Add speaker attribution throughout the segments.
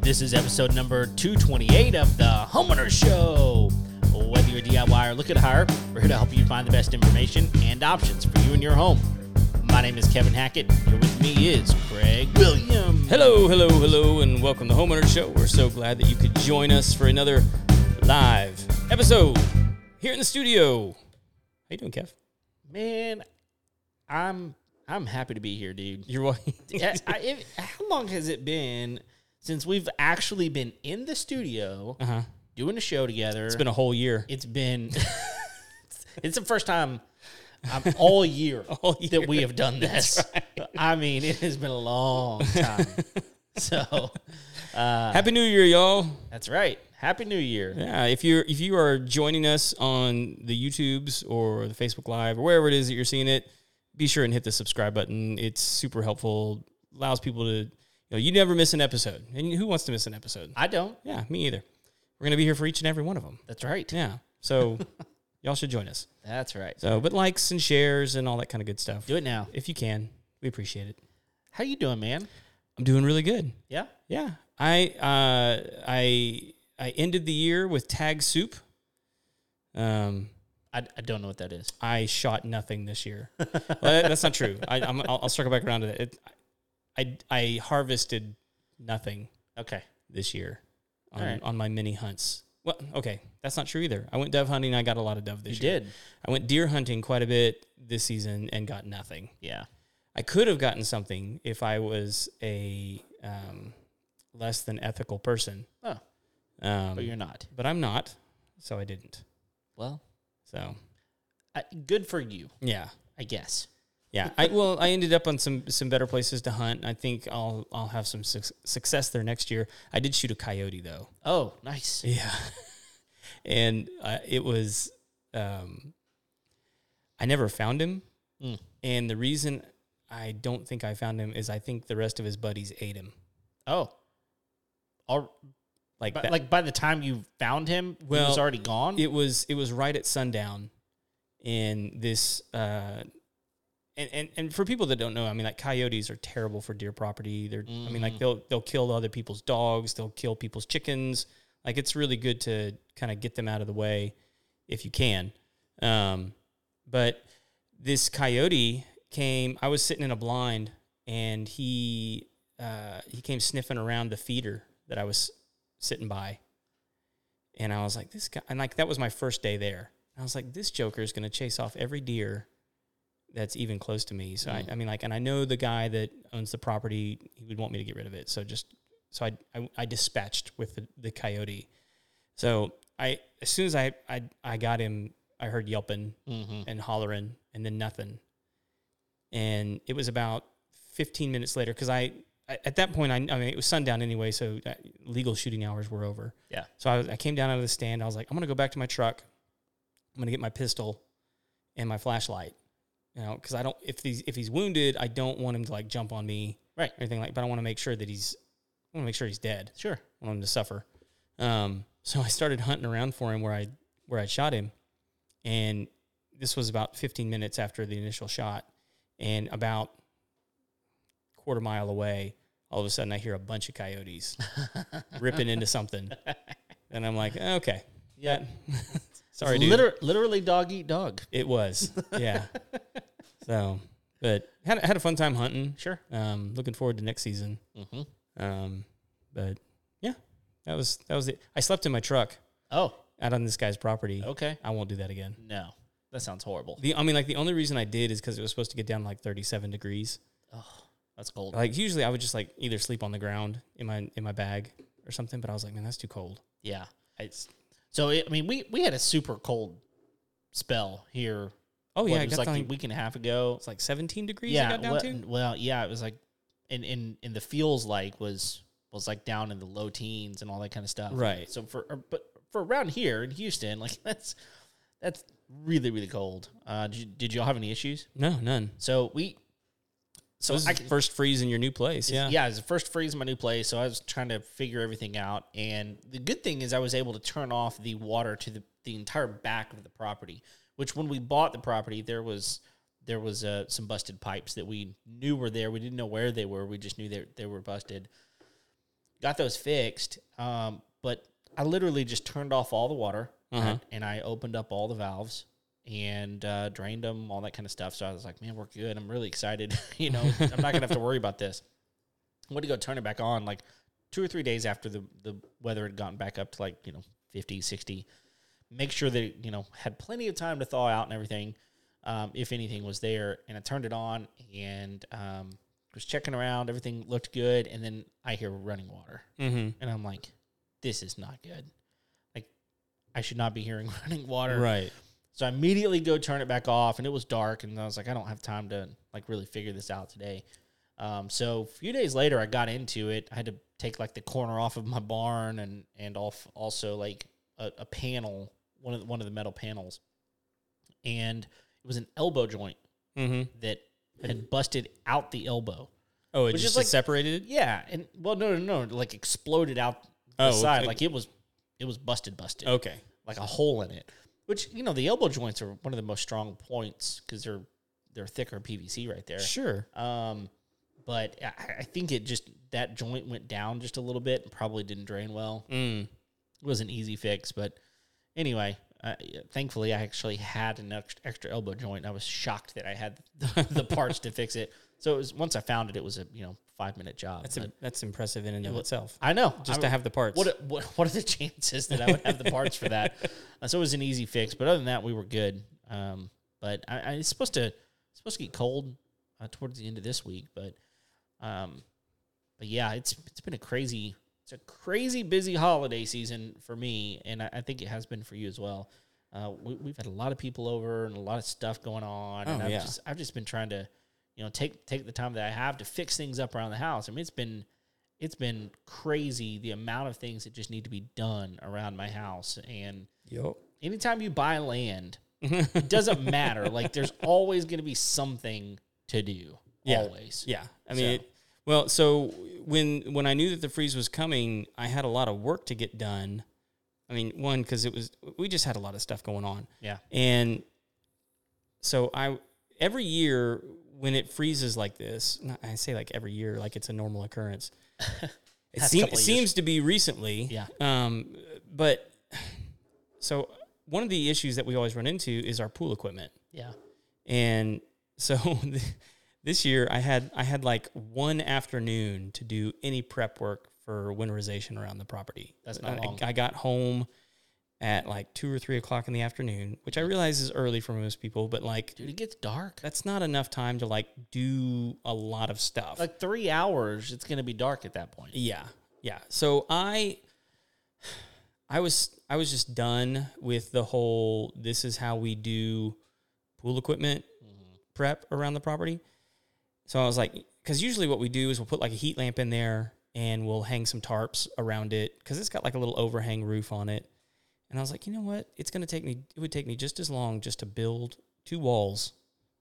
Speaker 1: This is episode number 228 of the Homeowner Show. Whether you're a DIY or looking to hire, we're here to help you find the best information and options for you and your home. My name is Kevin Hackett. Here with me is Craig Williams.
Speaker 2: Hello, hello, hello, and welcome to Homeowner Show. We're so glad that you could join us for another live episode here in the studio. How you doing, Kev?
Speaker 1: Man, I'm I'm happy to be here, dude.
Speaker 2: You're what?
Speaker 1: I, I, it, how long has it been since we've actually been in the studio
Speaker 2: uh-huh.
Speaker 1: doing a show together?
Speaker 2: It's been a whole year.
Speaker 1: it's been it's- it's the first time um, all, year
Speaker 2: All
Speaker 1: that we have done this. I mean, it has been a long time. so
Speaker 2: Happy New Year, y'all.
Speaker 1: that's right. Happy New Year.
Speaker 2: Yeah, if you're if you are joining us on the YouTubes or the Facebook Live or wherever it is that you're seeing it, be sure and hit the subscribe button. It's super helpful. Allows people to you know you never miss an episode. And who wants to miss an episode?
Speaker 1: I don't.
Speaker 2: Yeah, me either. We're gonna be here for each and every one of them.
Speaker 1: That's right.
Speaker 2: Yeah. So y'all should join us.
Speaker 1: That's right.
Speaker 2: So, but likes and shares and all that kind of good stuff.
Speaker 1: Do it now.
Speaker 2: If you can, we appreciate it.
Speaker 1: How you doing, man?
Speaker 2: I'm doing really good.
Speaker 1: Yeah.
Speaker 2: Yeah. I uh I I ended the year with tag soup. Um
Speaker 1: I, I don't know what that is.
Speaker 2: I shot nothing this year. Well, that- that's not true. I, I'm, I'll, I'll circle back around to that. It, I, I harvested nothing
Speaker 1: Okay.
Speaker 2: this year on,
Speaker 1: All right.
Speaker 2: on my mini hunts. Well, okay, that's not true either. I went dove hunting. I got a lot of dove this
Speaker 1: You
Speaker 2: year.
Speaker 1: did.
Speaker 2: I went deer hunting quite a bit this season and got nothing.
Speaker 1: Yeah.
Speaker 2: I could have gotten something if I was a um, less than ethical person,
Speaker 1: Oh,
Speaker 2: um,
Speaker 1: but you're not.
Speaker 2: but I'm not, so I didn't.
Speaker 1: Well,
Speaker 2: So
Speaker 1: I, good for you,
Speaker 2: yeah,
Speaker 1: I guess.
Speaker 2: yeah. I well, I ended up on some some better places to hunt. I think I'll I'll have some suc success there next year. I did shoot a coyote though.
Speaker 1: Oh, nice.
Speaker 2: Yeah. and uh, it was, um, I never found him.
Speaker 1: Mm.
Speaker 2: And the reason I don't think I found him is I think the rest of his buddies ate him.
Speaker 1: Oh. All,
Speaker 2: Like
Speaker 1: but
Speaker 2: that.
Speaker 1: like by the time you found him, he was
Speaker 2: Well,
Speaker 1: already gone.
Speaker 2: it was it was right at sundown, and this uh, and, and and for people that don't know, I mean like coyotes are terrible for deer property. They're I mean like they'll they'll kill other people's dogs, they'll kill people's chickens. Like it's really good to kind of get them out of the way if you can. Um, but this coyote came. I was sitting in a blind, and he uh, he came sniffing around the feeder that I was sitting by, and I was like, this guy. And like that was my first day there. I was like, this joker is going to chase off every deer that's even close to me. So I, I mean, like, and I know the guy that owns the property. He would want me to get rid of it. So just so I I, I dispatched with the, the coyote. So I as soon as I I, I got him, I heard yelping
Speaker 1: mm-hmm.
Speaker 2: and hollering and then nothing. And it was about 15 minutes later because I, I- at that point, I, I mean, it was sundown anyway, so uh, legal shooting hours were over.
Speaker 1: Yeah.
Speaker 2: So I, was, I came down out of the stand. I was like, I'm going to go back to my truck. I'm going to get my pistol and my flashlight. You know, because I don't, if he's, if he's wounded, I don't want him to like jump on me
Speaker 1: Right.
Speaker 2: or anything like But I want to make sure that he's, I want to make sure he's dead.
Speaker 1: Sure.
Speaker 2: I want him to suffer. Um, so I started hunting around for him where I where I shot him, and this was about 15 minutes after the initial shot, and about quarter mile away, all of a sudden I hear a bunch of coyotes ripping into something, and I'm like, okay, yeah, sorry, dude.
Speaker 1: Liter- literally dog eat dog.
Speaker 2: it was, yeah. so, but had had a fun time hunting.
Speaker 1: Sure.
Speaker 2: Um, looking forward to next season.
Speaker 1: Mm-hmm.
Speaker 2: Um, but yeah, that was that was it. I slept in my truck
Speaker 1: Oh,
Speaker 2: out on this guy's property.
Speaker 1: okay.
Speaker 2: I won't do that again.
Speaker 1: No, that sounds horrible.
Speaker 2: The I mean, like the only reason I did is because it was supposed to get down to like 37 degrees.
Speaker 1: Oh, that's cold.
Speaker 2: Like usually I would just like either sleep on the ground in my in my bag or something, but I was like, man, that's too cold.
Speaker 1: Yeah. It's, so it, I mean, we we had a super cold spell here.
Speaker 2: Oh yeah,
Speaker 1: what,
Speaker 2: I
Speaker 1: it was
Speaker 2: got
Speaker 1: like a
Speaker 2: down,
Speaker 1: week and a half ago.
Speaker 2: it's like 17 degrees. I
Speaker 1: Yeah.
Speaker 2: got down
Speaker 1: well,
Speaker 2: to.
Speaker 1: well, yeah. It was like, and in in the feels like was was like down in the low teens and all that kind of stuff.
Speaker 2: Right.
Speaker 1: So for or- but for around here in Houston, like that's that's really really cold. Uh, did, you, did y'all have any issues?
Speaker 2: No, none.
Speaker 1: So we. So
Speaker 2: So this
Speaker 1: I
Speaker 2: is
Speaker 1: can,
Speaker 2: first freeze in your new place. Yeah.
Speaker 1: yeah. it was the first freeze in my new place, so I was trying to figure everything out. And the good thing is I was able to turn off the water to the, the entire back of the property, which when we bought the property, there was there was uh, some busted pipes that we knew were there. We didn't know where they were. We just knew they they were busted. Got those fixed, um, but I literally just turned off all the water
Speaker 2: Uh-huh.
Speaker 1: and I opened up all the valves and uh, drained them, all that kind of stuff. So I was like, man, we're good. I'm really excited. you know, I'm not gonna have to worry about this. Went to go turn it back on like two or three days after the the weather had gotten back up to like you know 50, 60 make sure that it, you know had plenty of time to thaw out and everything um, if anything was there and i turned it on and um, was checking around everything looked good and then i hear running water
Speaker 2: Mm-hmm.
Speaker 1: and i'm like this is not good like i should not be hearing running water
Speaker 2: Right.
Speaker 1: so i immediately go turn it back off and it was dark and i was like i don't have time to like really figure this out today um, so a few days later i got into it i had to take like the corner off of my barn and and off also like a, a panel one of the, one of the metal panels and it was an elbow joint
Speaker 2: Mm-hmm.
Speaker 1: that
Speaker 2: Mm.
Speaker 1: had busted out the elbow
Speaker 2: Oh,
Speaker 1: Which
Speaker 2: it
Speaker 1: is
Speaker 2: just
Speaker 1: like-
Speaker 2: it separated it.
Speaker 1: yeah and well no no no like exploded out the
Speaker 2: Oh,
Speaker 1: side
Speaker 2: okay.
Speaker 1: like it was it was busted busted
Speaker 2: Okay.
Speaker 1: like a hole in it. Which you know, the elbow joints are one of the most strong points because they're they're thicker PVC right there.
Speaker 2: Sure.
Speaker 1: Um, but I, I think it just that joint went down just a little bit and probably didn't drain well.
Speaker 2: Mm.
Speaker 1: It was an easy fix, but anyway. Uh, thankfully, I actually had an ex- extra elbow joint. I was shocked that I had the, the parts to fix it. So it was once I found it, it was a you know five minute job.
Speaker 2: That's
Speaker 1: but
Speaker 2: a, that's impressive in and of
Speaker 1: wa-
Speaker 2: itself.
Speaker 1: I know
Speaker 2: Just
Speaker 1: I'm-
Speaker 2: to have the parts.
Speaker 1: what, what what are the chances that I would have the parts for that? Uh, so it was an easy fix, but other than that, we were good. Um, but I, I, it's supposed to it's supposed to get cold uh, towards the end of this week, but um, but yeah, it's it's been a crazy it's a crazy busy holiday season for me, and I, I think it has been for you as well. Uh, we, we've had a lot of people over and a lot of stuff going on, and
Speaker 2: Oh,
Speaker 1: I've
Speaker 2: yeah.
Speaker 1: just I've just been trying to you know take take the time that I have to fix things up around the house. I mean, it's been it's been crazy the amount of things that just need to be done around my house. And
Speaker 2: Yup.
Speaker 1: anytime you buy land, it doesn't matter. Like there's always going to be something to do.
Speaker 2: Yeah.
Speaker 1: Always.
Speaker 2: Yeah, I mean,
Speaker 1: So-
Speaker 2: it, well, so when when I knew that the freeze was coming, I had a lot of work to get done. I mean, one because it was we just had a lot of stuff going on,
Speaker 1: Yeah.
Speaker 2: and so I every year when it freezes like this, not, I say like every year, like it's a normal occurrence. it
Speaker 1: Past
Speaker 2: seem,
Speaker 1: couple
Speaker 2: it
Speaker 1: of years.
Speaker 2: seems to be recently,
Speaker 1: Yeah.
Speaker 2: Um, but so one of the issues that we always run into is our pool equipment
Speaker 1: Yeah.
Speaker 2: and so th- this year I had I had like one afternoon to do any prep work for winterization around the property.
Speaker 1: That's not
Speaker 2: I,
Speaker 1: long.
Speaker 2: I got home at like two or three o'clock in the afternoon, which I realize is early for most people, but like
Speaker 1: Dude, it gets dark.
Speaker 2: that's not enough time to like do a lot of stuff.
Speaker 1: Like three hours, it's going to be dark at that point.
Speaker 2: Yeah. Yeah. So I I was I was just done with the whole this is how we do pool equipment prep around the property. So I was like cuz usually what we do is we'll put like a heat lamp in there and we'll hang some tarps around it cuz it's got like a little overhang roof on it. And I was like, "You know what? It's going to take me it would take me just as long just to build two walls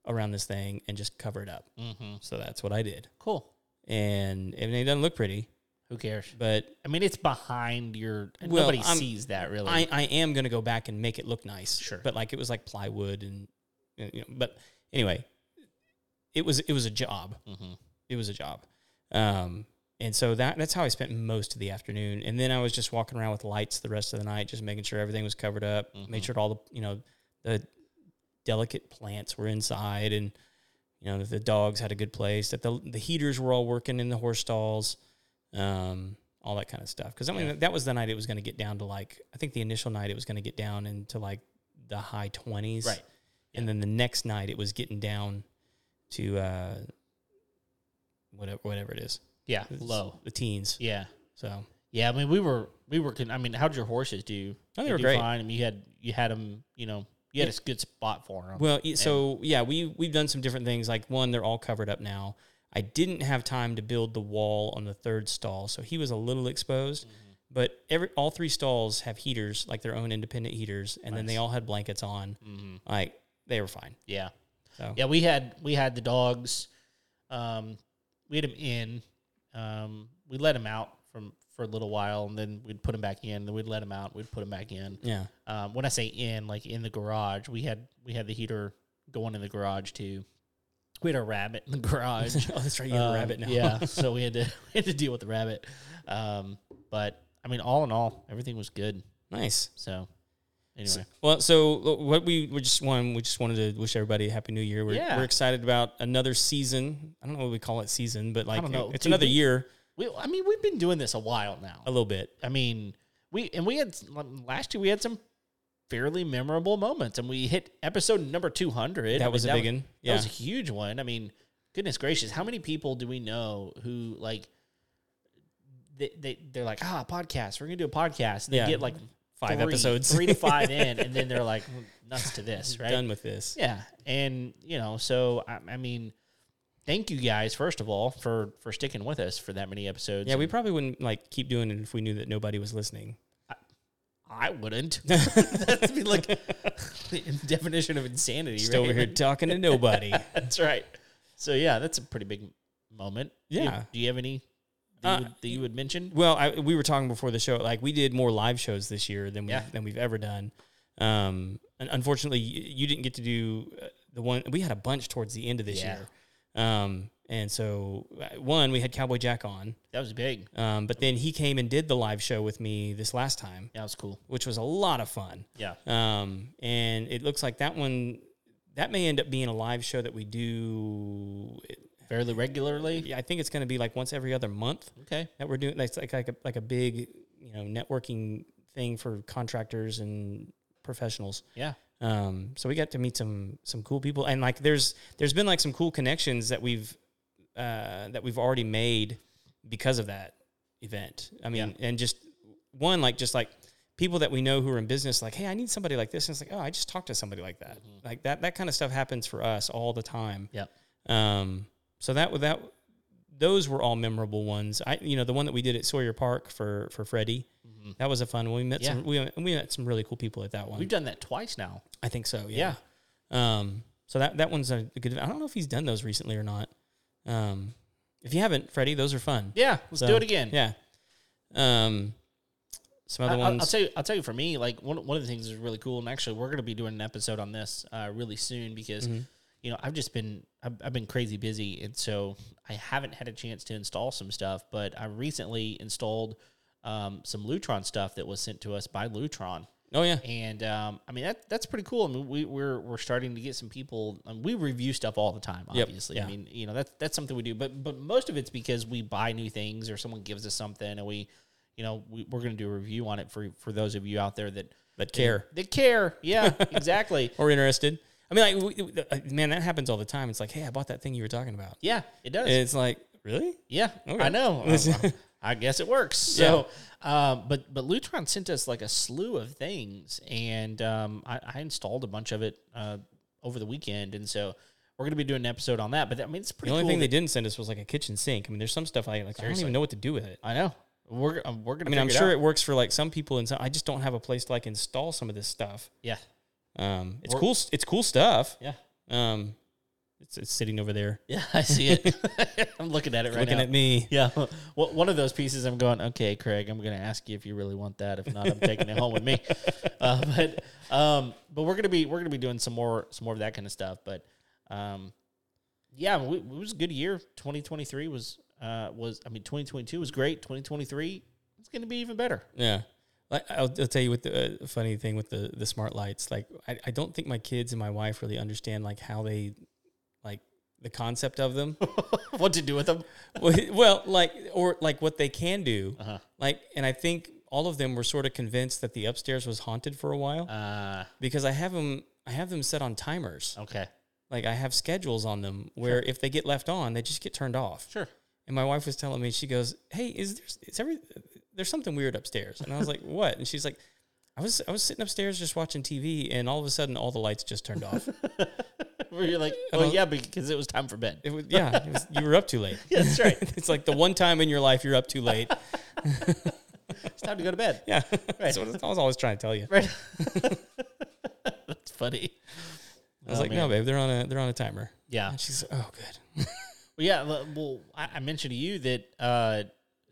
Speaker 2: around this thing and just cover it up."
Speaker 1: Mm-hmm.
Speaker 2: So that's what I did.
Speaker 1: Cool.
Speaker 2: And and it doesn't look pretty,
Speaker 1: Who cares?
Speaker 2: but
Speaker 1: I mean, it's behind your. and
Speaker 2: Well,
Speaker 1: nobody
Speaker 2: I'm-
Speaker 1: sees that really.
Speaker 2: I, I am gonna go back and make it look nice.
Speaker 1: Sure.
Speaker 2: But like it was like plywood and you know, but anyway, it was it was a job.
Speaker 1: mm-hmm.
Speaker 2: It was a job. Um and so that that's how I spent most of the afternoon. And then I was just walking around with lights the rest of the night, just making sure everything was covered up, made sure all the you know, the delicate plants were inside and you know, that the dogs had a good place, that the the heaters were all working in the horse stalls. Um all that kind of stuff. Because I mean, that was the night it was going to get down to like I think the initial night it was going to get down into like the high twenties,
Speaker 1: Right.
Speaker 2: And then the next night it was getting down to uh, whatever whatever it is,
Speaker 1: Yeah.
Speaker 2: It's
Speaker 1: Low.
Speaker 2: the teens.
Speaker 1: Yeah.
Speaker 2: So
Speaker 1: Yeah, I mean, we were we were. Con- I mean, how'd your horses do?
Speaker 2: Oh, they
Speaker 1: do
Speaker 2: were great.
Speaker 1: Fine. I mean, you had you had them. You know, you had a good spot for them.
Speaker 2: well, y- so yeah, we we've done some different things. Like one, they're all covered up now. I didn't have time to build the wall on the third stall, so he was a little exposed.
Speaker 1: Mm-hmm.
Speaker 2: But every all three stalls have heaters, like their own independent heaters, and then they all had blankets on. Like they were fine.
Speaker 1: yeah,
Speaker 2: So.
Speaker 1: yeah. We had we had the dogs. Um, we had them in. Um, we let them out from for a little while, and then we'd put them back in. Then we'd let them out. We'd put them back in.
Speaker 2: Yeah.
Speaker 1: Um, when I say in, like in the garage, we had we had the heater going in the garage too. we had a rabbit in the garage.
Speaker 2: oh, that's right. You have
Speaker 1: Um,
Speaker 2: a rabbit now.
Speaker 1: yeah, so we had to we had to deal with the rabbit. Um, but I mean, all in all, everything was good.
Speaker 2: nice.
Speaker 1: So
Speaker 2: So-
Speaker 1: anyway,
Speaker 2: well, so what we we just wanted we just wanted to wish everybody a happy new year. We're,
Speaker 1: Yeah.
Speaker 2: we're excited about another season. I don't know what we call it season, but like
Speaker 1: don't know.
Speaker 2: it's
Speaker 1: Dude,
Speaker 2: another
Speaker 1: we-
Speaker 2: year,
Speaker 1: we I mean we've been doing this a while now.
Speaker 2: a little bit.
Speaker 1: I mean, we and we had last year we had some fairly memorable moments, and we hit episode number two hundred.
Speaker 2: That was a big one.
Speaker 1: That
Speaker 2: Yeah.
Speaker 1: was a huge one. I mean, goodness gracious, how many people do we know who like they, they they're like ah podcast we're gonna do a podcast and they
Speaker 2: Yeah.
Speaker 1: get like
Speaker 2: Five
Speaker 1: three-
Speaker 2: episodes.
Speaker 1: three to five in and then they're like nuts to this right
Speaker 2: Done with this.
Speaker 1: yeah and you know so I, I mean thank you guys first of all for for sticking with us for that many episodes
Speaker 2: Yeah, we probably wouldn't like keep doing it if we knew that nobody was listening.
Speaker 1: I wouldn't. That'd be like the definition of insanity.
Speaker 2: Just
Speaker 1: right?
Speaker 2: over here talking to nobody.
Speaker 1: That's right. So yeah, that's a pretty big moment. Do you-
Speaker 2: Yeah.
Speaker 1: Do you have any that,
Speaker 2: Uh,
Speaker 1: you, would, that you would mention?
Speaker 2: well, I, we were talking before the show. Like we did more live shows this year than we
Speaker 1: Yeah.
Speaker 2: have than we've ever done. Um, and unfortunately, you, you didn't get to do uh, the one we had a bunch towards the end of this
Speaker 1: Yeah.
Speaker 2: year. Um, and so uh, one we had Cowboy Jack on,
Speaker 1: That was big.
Speaker 2: um, but then he came and did the live show with me this last time,
Speaker 1: That was cool.
Speaker 2: which was a lot of fun.
Speaker 1: Yeah.
Speaker 2: Um, and it looks like that one that may end up being a live show that we do.
Speaker 1: Fairly regularly.
Speaker 2: I think it's going to be like once every other month
Speaker 1: Okay.
Speaker 2: that we're doing that's like like a, like a big you know networking thing for contractors and professionals
Speaker 1: Yeah.
Speaker 2: um so we got to meet some some cool people and like there's there's been like some cool connections that we've uh that we've already made because of that event i mean and just one like just like people that we know who are in business like hey i need somebody like this and it's like oh i just talked to somebody like that like that that kind of stuff happens for us all the time
Speaker 1: Yep.
Speaker 2: um, so that that those were all memorable ones. I you know the one that we did at Sawyer Park for for Freddie, that was a fun one. We met some we, we met some really cool people at that one.
Speaker 1: We've done that twice now.
Speaker 2: I think so. Yeah. Um. So that that one's a good. I don't know if he's done those recently or not. Um. If you haven't, Freddie, those are fun.
Speaker 1: Yeah. Let's
Speaker 2: So,
Speaker 1: do it again.
Speaker 2: Yeah. Um. Some other
Speaker 1: I- I'll-
Speaker 2: ones.
Speaker 1: I'll tell you. I'll tell you. For me, like one one of the things that's really cool, and actually, we're going to be doing an episode on this uh, really soon because
Speaker 2: Mm-hmm.
Speaker 1: you know I've just been I've, I've been crazy busy, and so I haven't had a chance to install some stuff. But I recently installed um, some Lutron stuff that was sent to us by Lutron,
Speaker 2: oh yeah.
Speaker 1: and um, I mean that that's pretty cool. I mean we we're we're starting to get some people. I mean, we review stuff all the time,
Speaker 2: Yep,
Speaker 1: obviously. I
Speaker 2: yeah.
Speaker 1: mean you know that's that's something we do, but but most of it's because we buy new things or someone gives us something and we, you know, we, we're going to do a review on it for for those of you out there that
Speaker 2: That care.
Speaker 1: that care. Yeah, exactly.
Speaker 2: Or interested. I mean, like, we, we- uh, man, that happens all the time. It's like, hey, I bought that thing you were talking about.
Speaker 1: Yeah, it does.
Speaker 2: And it's like, really?
Speaker 1: Yeah,
Speaker 2: Okay.
Speaker 1: I know. I, I guess it works. So, um, but but Lutron sent us like a slew of things, and um, I, I installed a bunch of it uh, over the weekend, and so we're gonna be doing an episode on that. But I mean, it's pretty.
Speaker 2: The only
Speaker 1: cool
Speaker 2: thing they
Speaker 1: that-
Speaker 2: didn't send us was like a kitchen sink. I mean, there's some stuff I like. I don't even know what to do with it. I,
Speaker 1: I know we're um, we're gonna.
Speaker 2: mean, I'm
Speaker 1: figure
Speaker 2: sure
Speaker 1: It
Speaker 2: it,
Speaker 1: out.
Speaker 2: works for like some people, and some, I just don't have a place to like install some of this stuff.
Speaker 1: Yeah,
Speaker 2: Um, it's
Speaker 1: Or-
Speaker 2: cool. s- It's cool stuff.
Speaker 1: yeah,
Speaker 2: Um, it's, it's sitting over there,
Speaker 1: yeah. I see it. I'm looking at it right
Speaker 2: looking
Speaker 1: now.
Speaker 2: at me.
Speaker 1: yeah, well, one of those pieces. I'm going. Okay, Craig. I'm going to ask you if you really want that. If not, I'm taking it home with me. Uh, but um, but we're gonna be we're gonna be doing some more some more of that kind of stuff. But um, yeah, we, it was a good year. 2023 was uh was I mean 2022 was great. 2023 it's gonna be even better.
Speaker 2: Yeah. Like, I'll, I'll tell you what the uh, funny thing with the the smart lights. Like, I, I don't think my kids and my wife really understand like how they like the concept of them.
Speaker 1: what to do with them?
Speaker 2: well, well, like or like what they can do.
Speaker 1: Uh-huh.
Speaker 2: Like, and I think all of them were sort of convinced that the upstairs was haunted for a while
Speaker 1: Uh,
Speaker 2: because I have them. I have them set on timers.
Speaker 1: okay,
Speaker 2: Like I have schedules on them where if they get left on, they just get turned off.
Speaker 1: sure.
Speaker 2: And my wife was telling me, she goes, "Hey, is there is every there's something weird upstairs?" And I was like, "What?" And she's like, "I was I was sitting upstairs just watching TV, and all of a sudden, all the lights just turned off.
Speaker 1: Where you're like, well, yeah, because it was time for bed.
Speaker 2: It was yeah, it was, you were up too late.
Speaker 1: Yeah, that's right.
Speaker 2: it's like the one time in your life you're up too late.
Speaker 1: It's time to go to bed.
Speaker 2: Yeah, that's what I was always trying to tell you.
Speaker 1: Right. That's funny.
Speaker 2: I was like, no, babe, they're on a they're on a timer.
Speaker 1: Yeah.
Speaker 2: And she's like, oh, good.
Speaker 1: Well, yeah. le- Well, I, I mentioned to you that uh,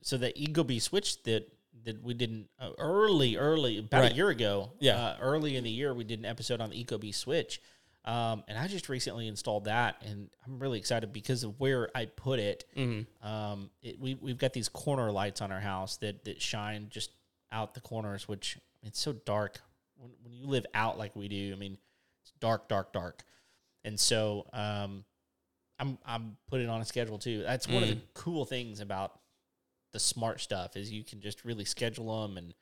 Speaker 1: so the Eagleby switch that that we didn't uh, early, early about
Speaker 2: Right.
Speaker 1: a year ago.
Speaker 2: Yeah.
Speaker 1: Uh, early in the year, we did an episode on the Ecobee switch. Um, and I just recently installed that, and I'm really excited because of where I put it.
Speaker 2: Mm-hmm.
Speaker 1: Um, it we we've got these corner lights on our house that that shine just out the corners, which it's so dark when when you live out like we do. I mean, it's dark, dark, dark, and so um, I'm I'm putting on a schedule too. That's one of the cool things about the smart stuff is you can just really schedule them and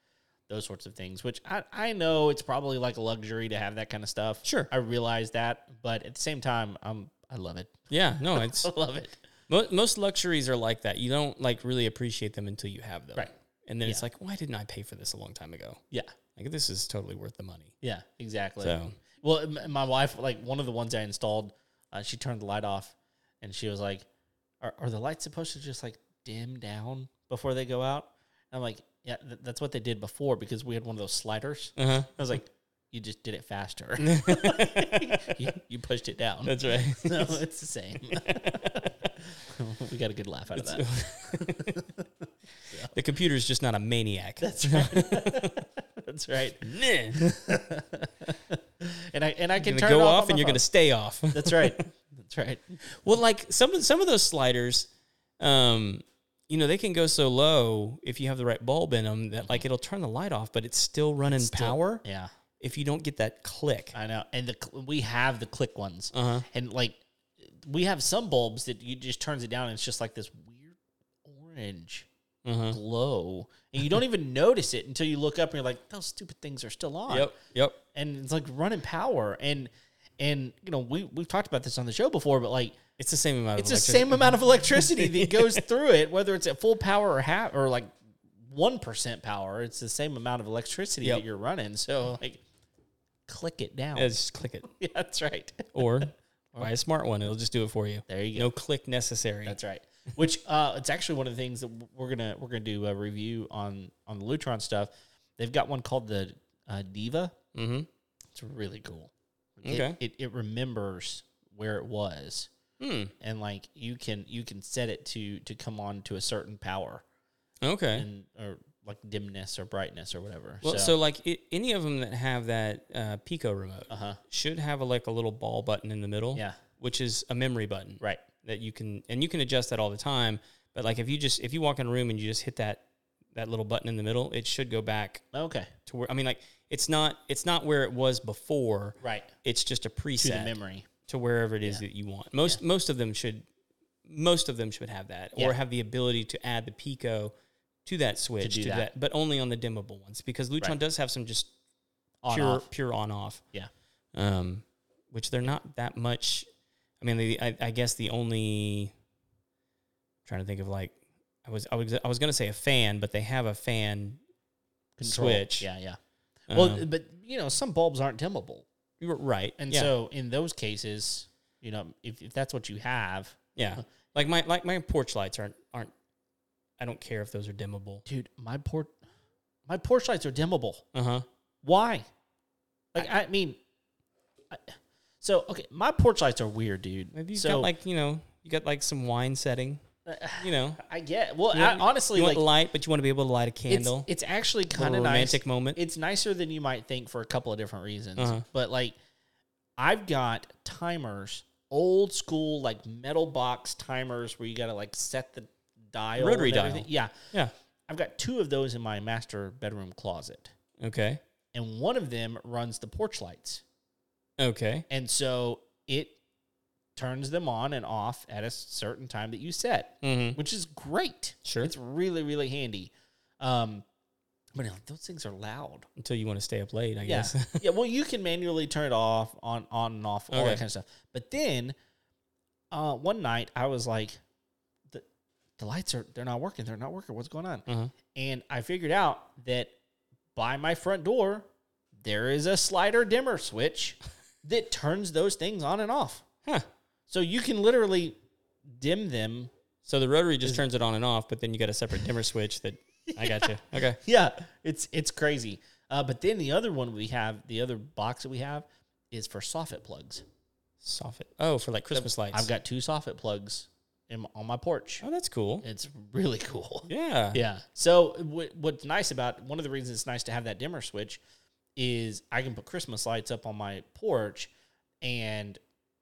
Speaker 1: those sorts of things which I, I know it's probably like a luxury to have that kind of stuff
Speaker 2: Sure.
Speaker 1: i realize that but at the same time i'm i love it
Speaker 2: Yeah, no, it's
Speaker 1: i love it
Speaker 2: mo- most luxuries are like that. You don't like really appreciate them until you have them,
Speaker 1: Right.
Speaker 2: And then it's
Speaker 1: Yeah.
Speaker 2: like, why didn't I pay for this a long time ago?
Speaker 1: yeah
Speaker 2: Like this is totally worth the money.
Speaker 1: yeah exactly
Speaker 2: So
Speaker 1: well m- my wife like one of the ones i installed uh, she turned the light off and she was like are, are the lights supposed to just like dim down before they go out and i'm like yeah th- that's what they did before because we had one of those sliders
Speaker 2: uh-huh.
Speaker 1: i was like you just did it faster you, you pushed it down
Speaker 2: that's right.
Speaker 1: No, it's the same. we got a good laugh out of that.
Speaker 2: The computer's just not a maniac.
Speaker 1: That's right. That's right.
Speaker 2: Nah.
Speaker 1: And I and I can
Speaker 2: gonna
Speaker 1: turn
Speaker 2: go
Speaker 1: it
Speaker 2: off,
Speaker 1: on
Speaker 2: and
Speaker 1: my phone.
Speaker 2: you're gonna stay off.
Speaker 1: That's right. That's right.
Speaker 2: well, like some of some of those sliders, um, you know, they can go so low if you have the right bulb in them that like it'll turn the light off, but it's still running power
Speaker 1: Yeah,
Speaker 2: if you don't get that click.
Speaker 1: I know. And the cl- we have the click ones,
Speaker 2: Uh huh.
Speaker 1: and like we have some bulbs that you just turns it down, and it's just like this weird orange
Speaker 2: Uh huh.
Speaker 1: glow, and you don't even notice it until you look up and you're like, those stupid things are still on.
Speaker 2: Yep. Yep.
Speaker 1: And it's like running power, and and you know we we've talked about this on the show before, but like
Speaker 2: It's the same amount.
Speaker 1: It's
Speaker 2: of
Speaker 1: the same amount of electricity that goes through it, whether it's at full power or half or like one percent power. It's the same amount of electricity
Speaker 2: Yep.
Speaker 1: that you're running. So like, click it down.
Speaker 2: Yeah, just click it,
Speaker 1: Yeah, that's right.
Speaker 2: or buy a smart one. It'll just do it for you.
Speaker 1: There you go.
Speaker 2: No click necessary.
Speaker 1: That's right. Which uh, it's actually one of the things that we're gonna we're gonna do a review on on the Lutron stuff. They've got one called the uh, Diva.
Speaker 2: Mm-hmm.
Speaker 1: It's really cool.
Speaker 2: Okay.
Speaker 1: It, it it remembers where it was,
Speaker 2: Hmm.
Speaker 1: and like you can you can set it to to come on to a certain power.
Speaker 2: Okay.
Speaker 1: and or like dimness or brightness or whatever.
Speaker 2: well,
Speaker 1: so,
Speaker 2: so, like i any of them that have that uh, Pico remote
Speaker 1: uh huh,
Speaker 2: should have a, like a little ball button in the middle.
Speaker 1: yeah,
Speaker 2: Which is a memory button.
Speaker 1: right,
Speaker 2: that you can and you can adjust that all the time but like if you just if you walk in a room and you just hit that that little button in the middle it should go back
Speaker 1: okay,
Speaker 2: to where i mean like it's not it's not where it was before
Speaker 1: right
Speaker 2: it's just a
Speaker 1: to the
Speaker 2: preset to,
Speaker 1: memory.
Speaker 2: wherever it is that you want most most of them should most of them should have that
Speaker 1: Yeah.
Speaker 2: or have the ability to add the pico to that switch
Speaker 1: do
Speaker 2: to
Speaker 1: that.
Speaker 2: but only on the dimmable ones because lutron
Speaker 1: Right.
Speaker 2: does have some just
Speaker 1: On
Speaker 2: pure
Speaker 1: off.
Speaker 2: pure on off.
Speaker 1: Yeah.
Speaker 2: Um, which they're not that much. I mean, the, I, I guess the only trying to think of like I was I was I was gonna say a fan, but they have a fan.
Speaker 1: Control.
Speaker 2: switch.
Speaker 1: Yeah, yeah.
Speaker 2: Um,
Speaker 1: well, but you know, some bulbs aren't dimmable,
Speaker 2: you were right,
Speaker 1: and
Speaker 2: yeah,
Speaker 1: so in those cases, you know, if, if that's what you have,
Speaker 2: yeah, like my like my porch lights aren't aren't. I don't care if those are dimmable.
Speaker 1: dude, my port, my porch lights are dimmable.
Speaker 2: Uh huh.
Speaker 1: Why? Like, I, mean, I, so okay, my porch lights are weird, dude.
Speaker 2: Maybe you
Speaker 1: so
Speaker 2: got like you know you got like some wine setting. You know,
Speaker 1: Uh, I get well,
Speaker 2: you
Speaker 1: I,
Speaker 2: want-
Speaker 1: honestly,
Speaker 2: you
Speaker 1: like
Speaker 2: want light, but you want to be able to light a
Speaker 1: it's,
Speaker 2: candle.
Speaker 1: it's actually
Speaker 2: a
Speaker 1: kind
Speaker 2: little
Speaker 1: of nice.
Speaker 2: romantic moment.
Speaker 1: it's nicer than you might think for a couple of different reasons.
Speaker 2: Uh-huh.
Speaker 1: But like, I've got timers, old school like metal box timers where you got to like set the dial,
Speaker 2: Rotary
Speaker 1: and everything.
Speaker 2: dial.
Speaker 1: Yeah,
Speaker 2: yeah.
Speaker 1: I've got two of those in my master bedroom closet,
Speaker 2: Okay.
Speaker 1: and one of them runs the porch lights,
Speaker 2: Okay.
Speaker 1: and so it turns them on and off at a certain time that you set
Speaker 2: Mm-hmm.
Speaker 1: which is great.
Speaker 2: Sure.
Speaker 1: It's really, really handy. Um, but you know, those things are loud.
Speaker 2: Until you want to stay up late, I
Speaker 1: Yeah.
Speaker 2: guess.
Speaker 1: yeah. Well, you can manually turn it off, on, on and off, all that
Speaker 2: Okay.
Speaker 1: kind of stuff. But then, uh, one night I was like, the, the lights are, they're not working. They're not working. What's going on?
Speaker 2: Uh-huh.
Speaker 1: And I figured out that by my front door, there is a slider dimmer switch that turns those things on and off.
Speaker 2: Huh.
Speaker 1: So you can literally dim them
Speaker 2: So the rotary just turns it on and off, but then you got a separate dimmer switch that I got you. Okay.
Speaker 1: yeah, it's it's crazy. Uh, but then the other one we have, the other box that we have, is for soffit plugs.
Speaker 2: Soffit. Oh, for like Christmas lights.
Speaker 1: I've got two soffit plugs in, on my porch.
Speaker 2: Oh, that's cool.
Speaker 1: It's really cool.
Speaker 2: Yeah.
Speaker 1: Yeah. So w- what's nice about one of the reasons it's nice to have that dimmer switch is I can put Christmas lights up on my porch, and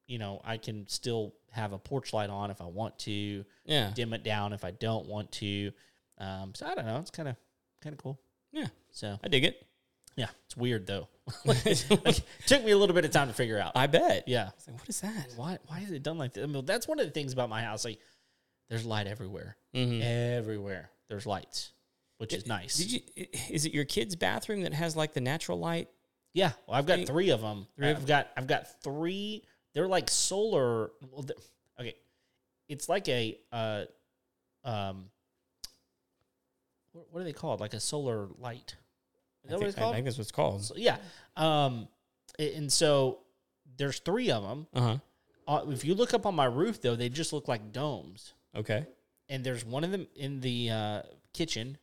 Speaker 1: you know I can still have a porch light on if I want to,
Speaker 2: Yeah.
Speaker 1: dim it down if I don't want to. Um, so I don't know. It's kind of kind of cool.
Speaker 2: Yeah.
Speaker 1: So
Speaker 2: I dig it.
Speaker 1: yeah, it's weird though. like, took me a little bit of time to figure out.
Speaker 2: I bet.
Speaker 1: Yeah.
Speaker 2: It's like, what is that?
Speaker 1: Why why is it done like that? I mean, that's one of the things about my house. Like there's light everywhere.
Speaker 2: Mhm.
Speaker 1: Everywhere there's lights, which is nice.
Speaker 2: Did you, i- is it your kid's bathroom that has like the natural light?
Speaker 1: Yeah, well, I've got
Speaker 2: Think-
Speaker 1: three of them.
Speaker 2: Three of
Speaker 1: I've got I've got three. They're like solar. Well, they're- okay, it's like a uh, um, wh- what are they called? Like a solar light. Is that
Speaker 2: I,
Speaker 1: what
Speaker 2: think,
Speaker 1: it's called?
Speaker 2: I think that's what it's called.
Speaker 1: So- yeah. Um, a- and so there's three of them.
Speaker 2: Uh huh.
Speaker 1: Uh, if you look up on my roof, though, they just look like domes.
Speaker 2: Okay.
Speaker 1: And there's one of them in the uh, kitchen,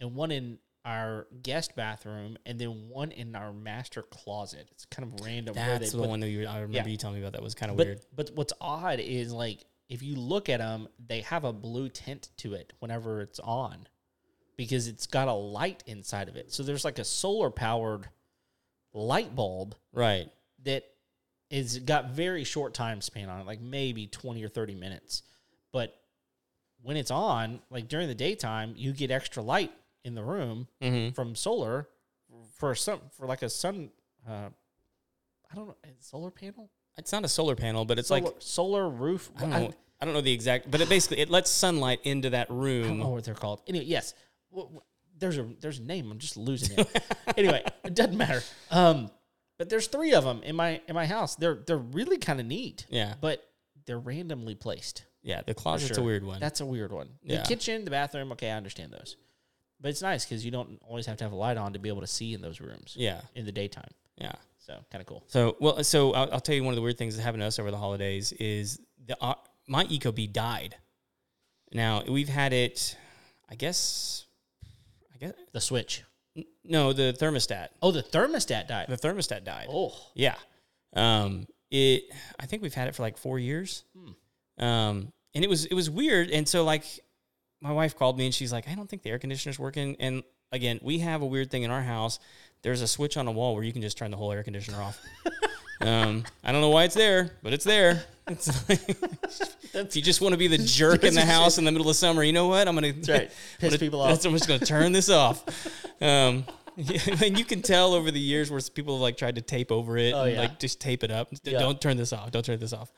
Speaker 1: and one in our guest bathroom, and then one in our master closet. It's kind of random. where
Speaker 2: That's
Speaker 1: they
Speaker 2: the
Speaker 1: put
Speaker 2: one that you, I remember
Speaker 1: Yeah.
Speaker 2: you telling me about. That was kind of
Speaker 1: but,
Speaker 2: weird.
Speaker 1: But what's odd is like if you look at them, they have a blue tint to it whenever it's on, because it's got a light inside of it. So there's like a solar powered light bulb
Speaker 2: Right.
Speaker 1: that is got very short time span on it, like maybe twenty or thirty minutes. But when it's on, like during the daytime, you get extra light in the room
Speaker 2: Mm-hmm.
Speaker 1: from solar for some for like a sun. Uh, I don't know solar panel.
Speaker 2: It's not a solar panel, but it's
Speaker 1: Solar,
Speaker 2: like
Speaker 1: solar roof.
Speaker 2: I don't know. I don't know the exact, but it basically it lets sunlight into that
Speaker 1: I don't know
Speaker 2: room.
Speaker 1: what they're called. Anyway, yes, Wh- wh- there's a there's a name. I'm just losing it. anyway, it doesn't matter. Um, but there's three of them in my in my house. They're they're really kind of neat,
Speaker 2: Yeah,
Speaker 1: but they're randomly placed.
Speaker 2: yeah. The
Speaker 1: for
Speaker 2: closet's
Speaker 1: sure.
Speaker 2: a weird one.
Speaker 1: That's a weird one.
Speaker 2: Yeah.
Speaker 1: The kitchen, the bathroom. Okay, I understand those, but it's nice because you don't always have to have a light on to be able to see in those rooms
Speaker 2: yeah,
Speaker 1: in the daytime.
Speaker 2: yeah.
Speaker 1: So kind of cool.
Speaker 2: So well, so I'll, I'll tell you one of the weird things that happened to us over the holidays is the uh, my Ecobee died. Now we've had it, I guess, I guess
Speaker 1: The switch.
Speaker 2: n- no, the thermostat.
Speaker 1: Oh, the thermostat died.
Speaker 2: The thermostat died.
Speaker 1: Oh,
Speaker 2: Yeah. Um, it I think we've had it for like four years.
Speaker 1: Hmm.
Speaker 2: Um, and it was it was weird. And so like my wife called me and she's like, I don't think the air conditioner's working. And again, we have a weird thing in our house. There's a switch on the wall where you can just turn the whole air conditioner off. um, I don't know why it's there, but it's there. It's like, if you just want to be the jerk in the house in the middle of summer, you know what? I'm gonna
Speaker 1: that's right. Piss
Speaker 2: gonna-
Speaker 1: people
Speaker 2: that's-
Speaker 1: off.
Speaker 2: I'm just going to turn this off. Um, and you can tell over the years where people have like tried to tape over it
Speaker 1: Oh,
Speaker 2: and
Speaker 1: yeah.
Speaker 2: like just tape it up. D-
Speaker 1: Yeah.
Speaker 2: Don't turn this off. Don't turn this off.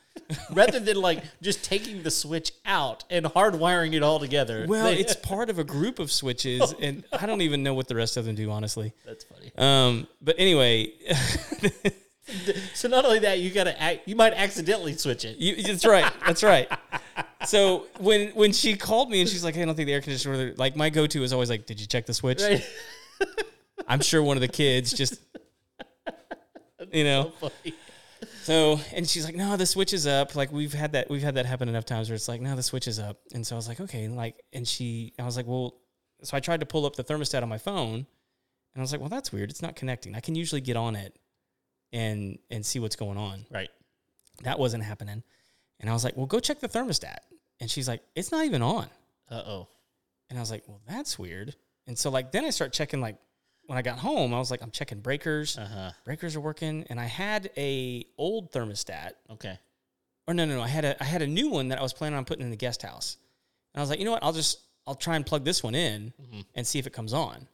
Speaker 1: Rather than like just taking the switch out and hardwiring it all together.
Speaker 2: Well,
Speaker 1: They- Oh,
Speaker 2: it's part of a group of switches, and I don't even know what the rest of them do, honestly.
Speaker 1: That's funny.
Speaker 2: Um, but anyway,
Speaker 1: So not only that, you gotta act, you might accidentally switch it.
Speaker 2: you, that's right. That's right. So when when she called me and she's like, "Hey, I don't think the air conditioner," like my go to is always like, "Did you check the switch?"
Speaker 1: Right?
Speaker 2: I'm sure one of the kids just, you know.
Speaker 1: Funny.
Speaker 2: So and she's like, no, the switch is up. Like we've had that we've had that happen enough times where it's like, no, the switch is up. And so I was like, okay, and like and she I was like, well, so I tried to pull up the thermostat on my phone, and I was like, well, that's weird. It's not connecting. I can usually get on it and and see what's going on.
Speaker 1: Right.
Speaker 2: That wasn't happening. And I was like, well, go check the thermostat. And she's like, it's not even on.
Speaker 1: Uh oh.
Speaker 2: And I was like, well, that's weird. And so like then I start checking like when I got home, I was like, I'm checking breakers.
Speaker 1: Uh huh.
Speaker 2: Breakers are working, and I had a old thermostat
Speaker 1: Okay.
Speaker 2: or no, no, no. I had a I had a new one that I was planning on putting in the guest house, and I was like, you know what? I'll just I'll try and plug this one in
Speaker 1: Mhm.
Speaker 2: and see if it comes on.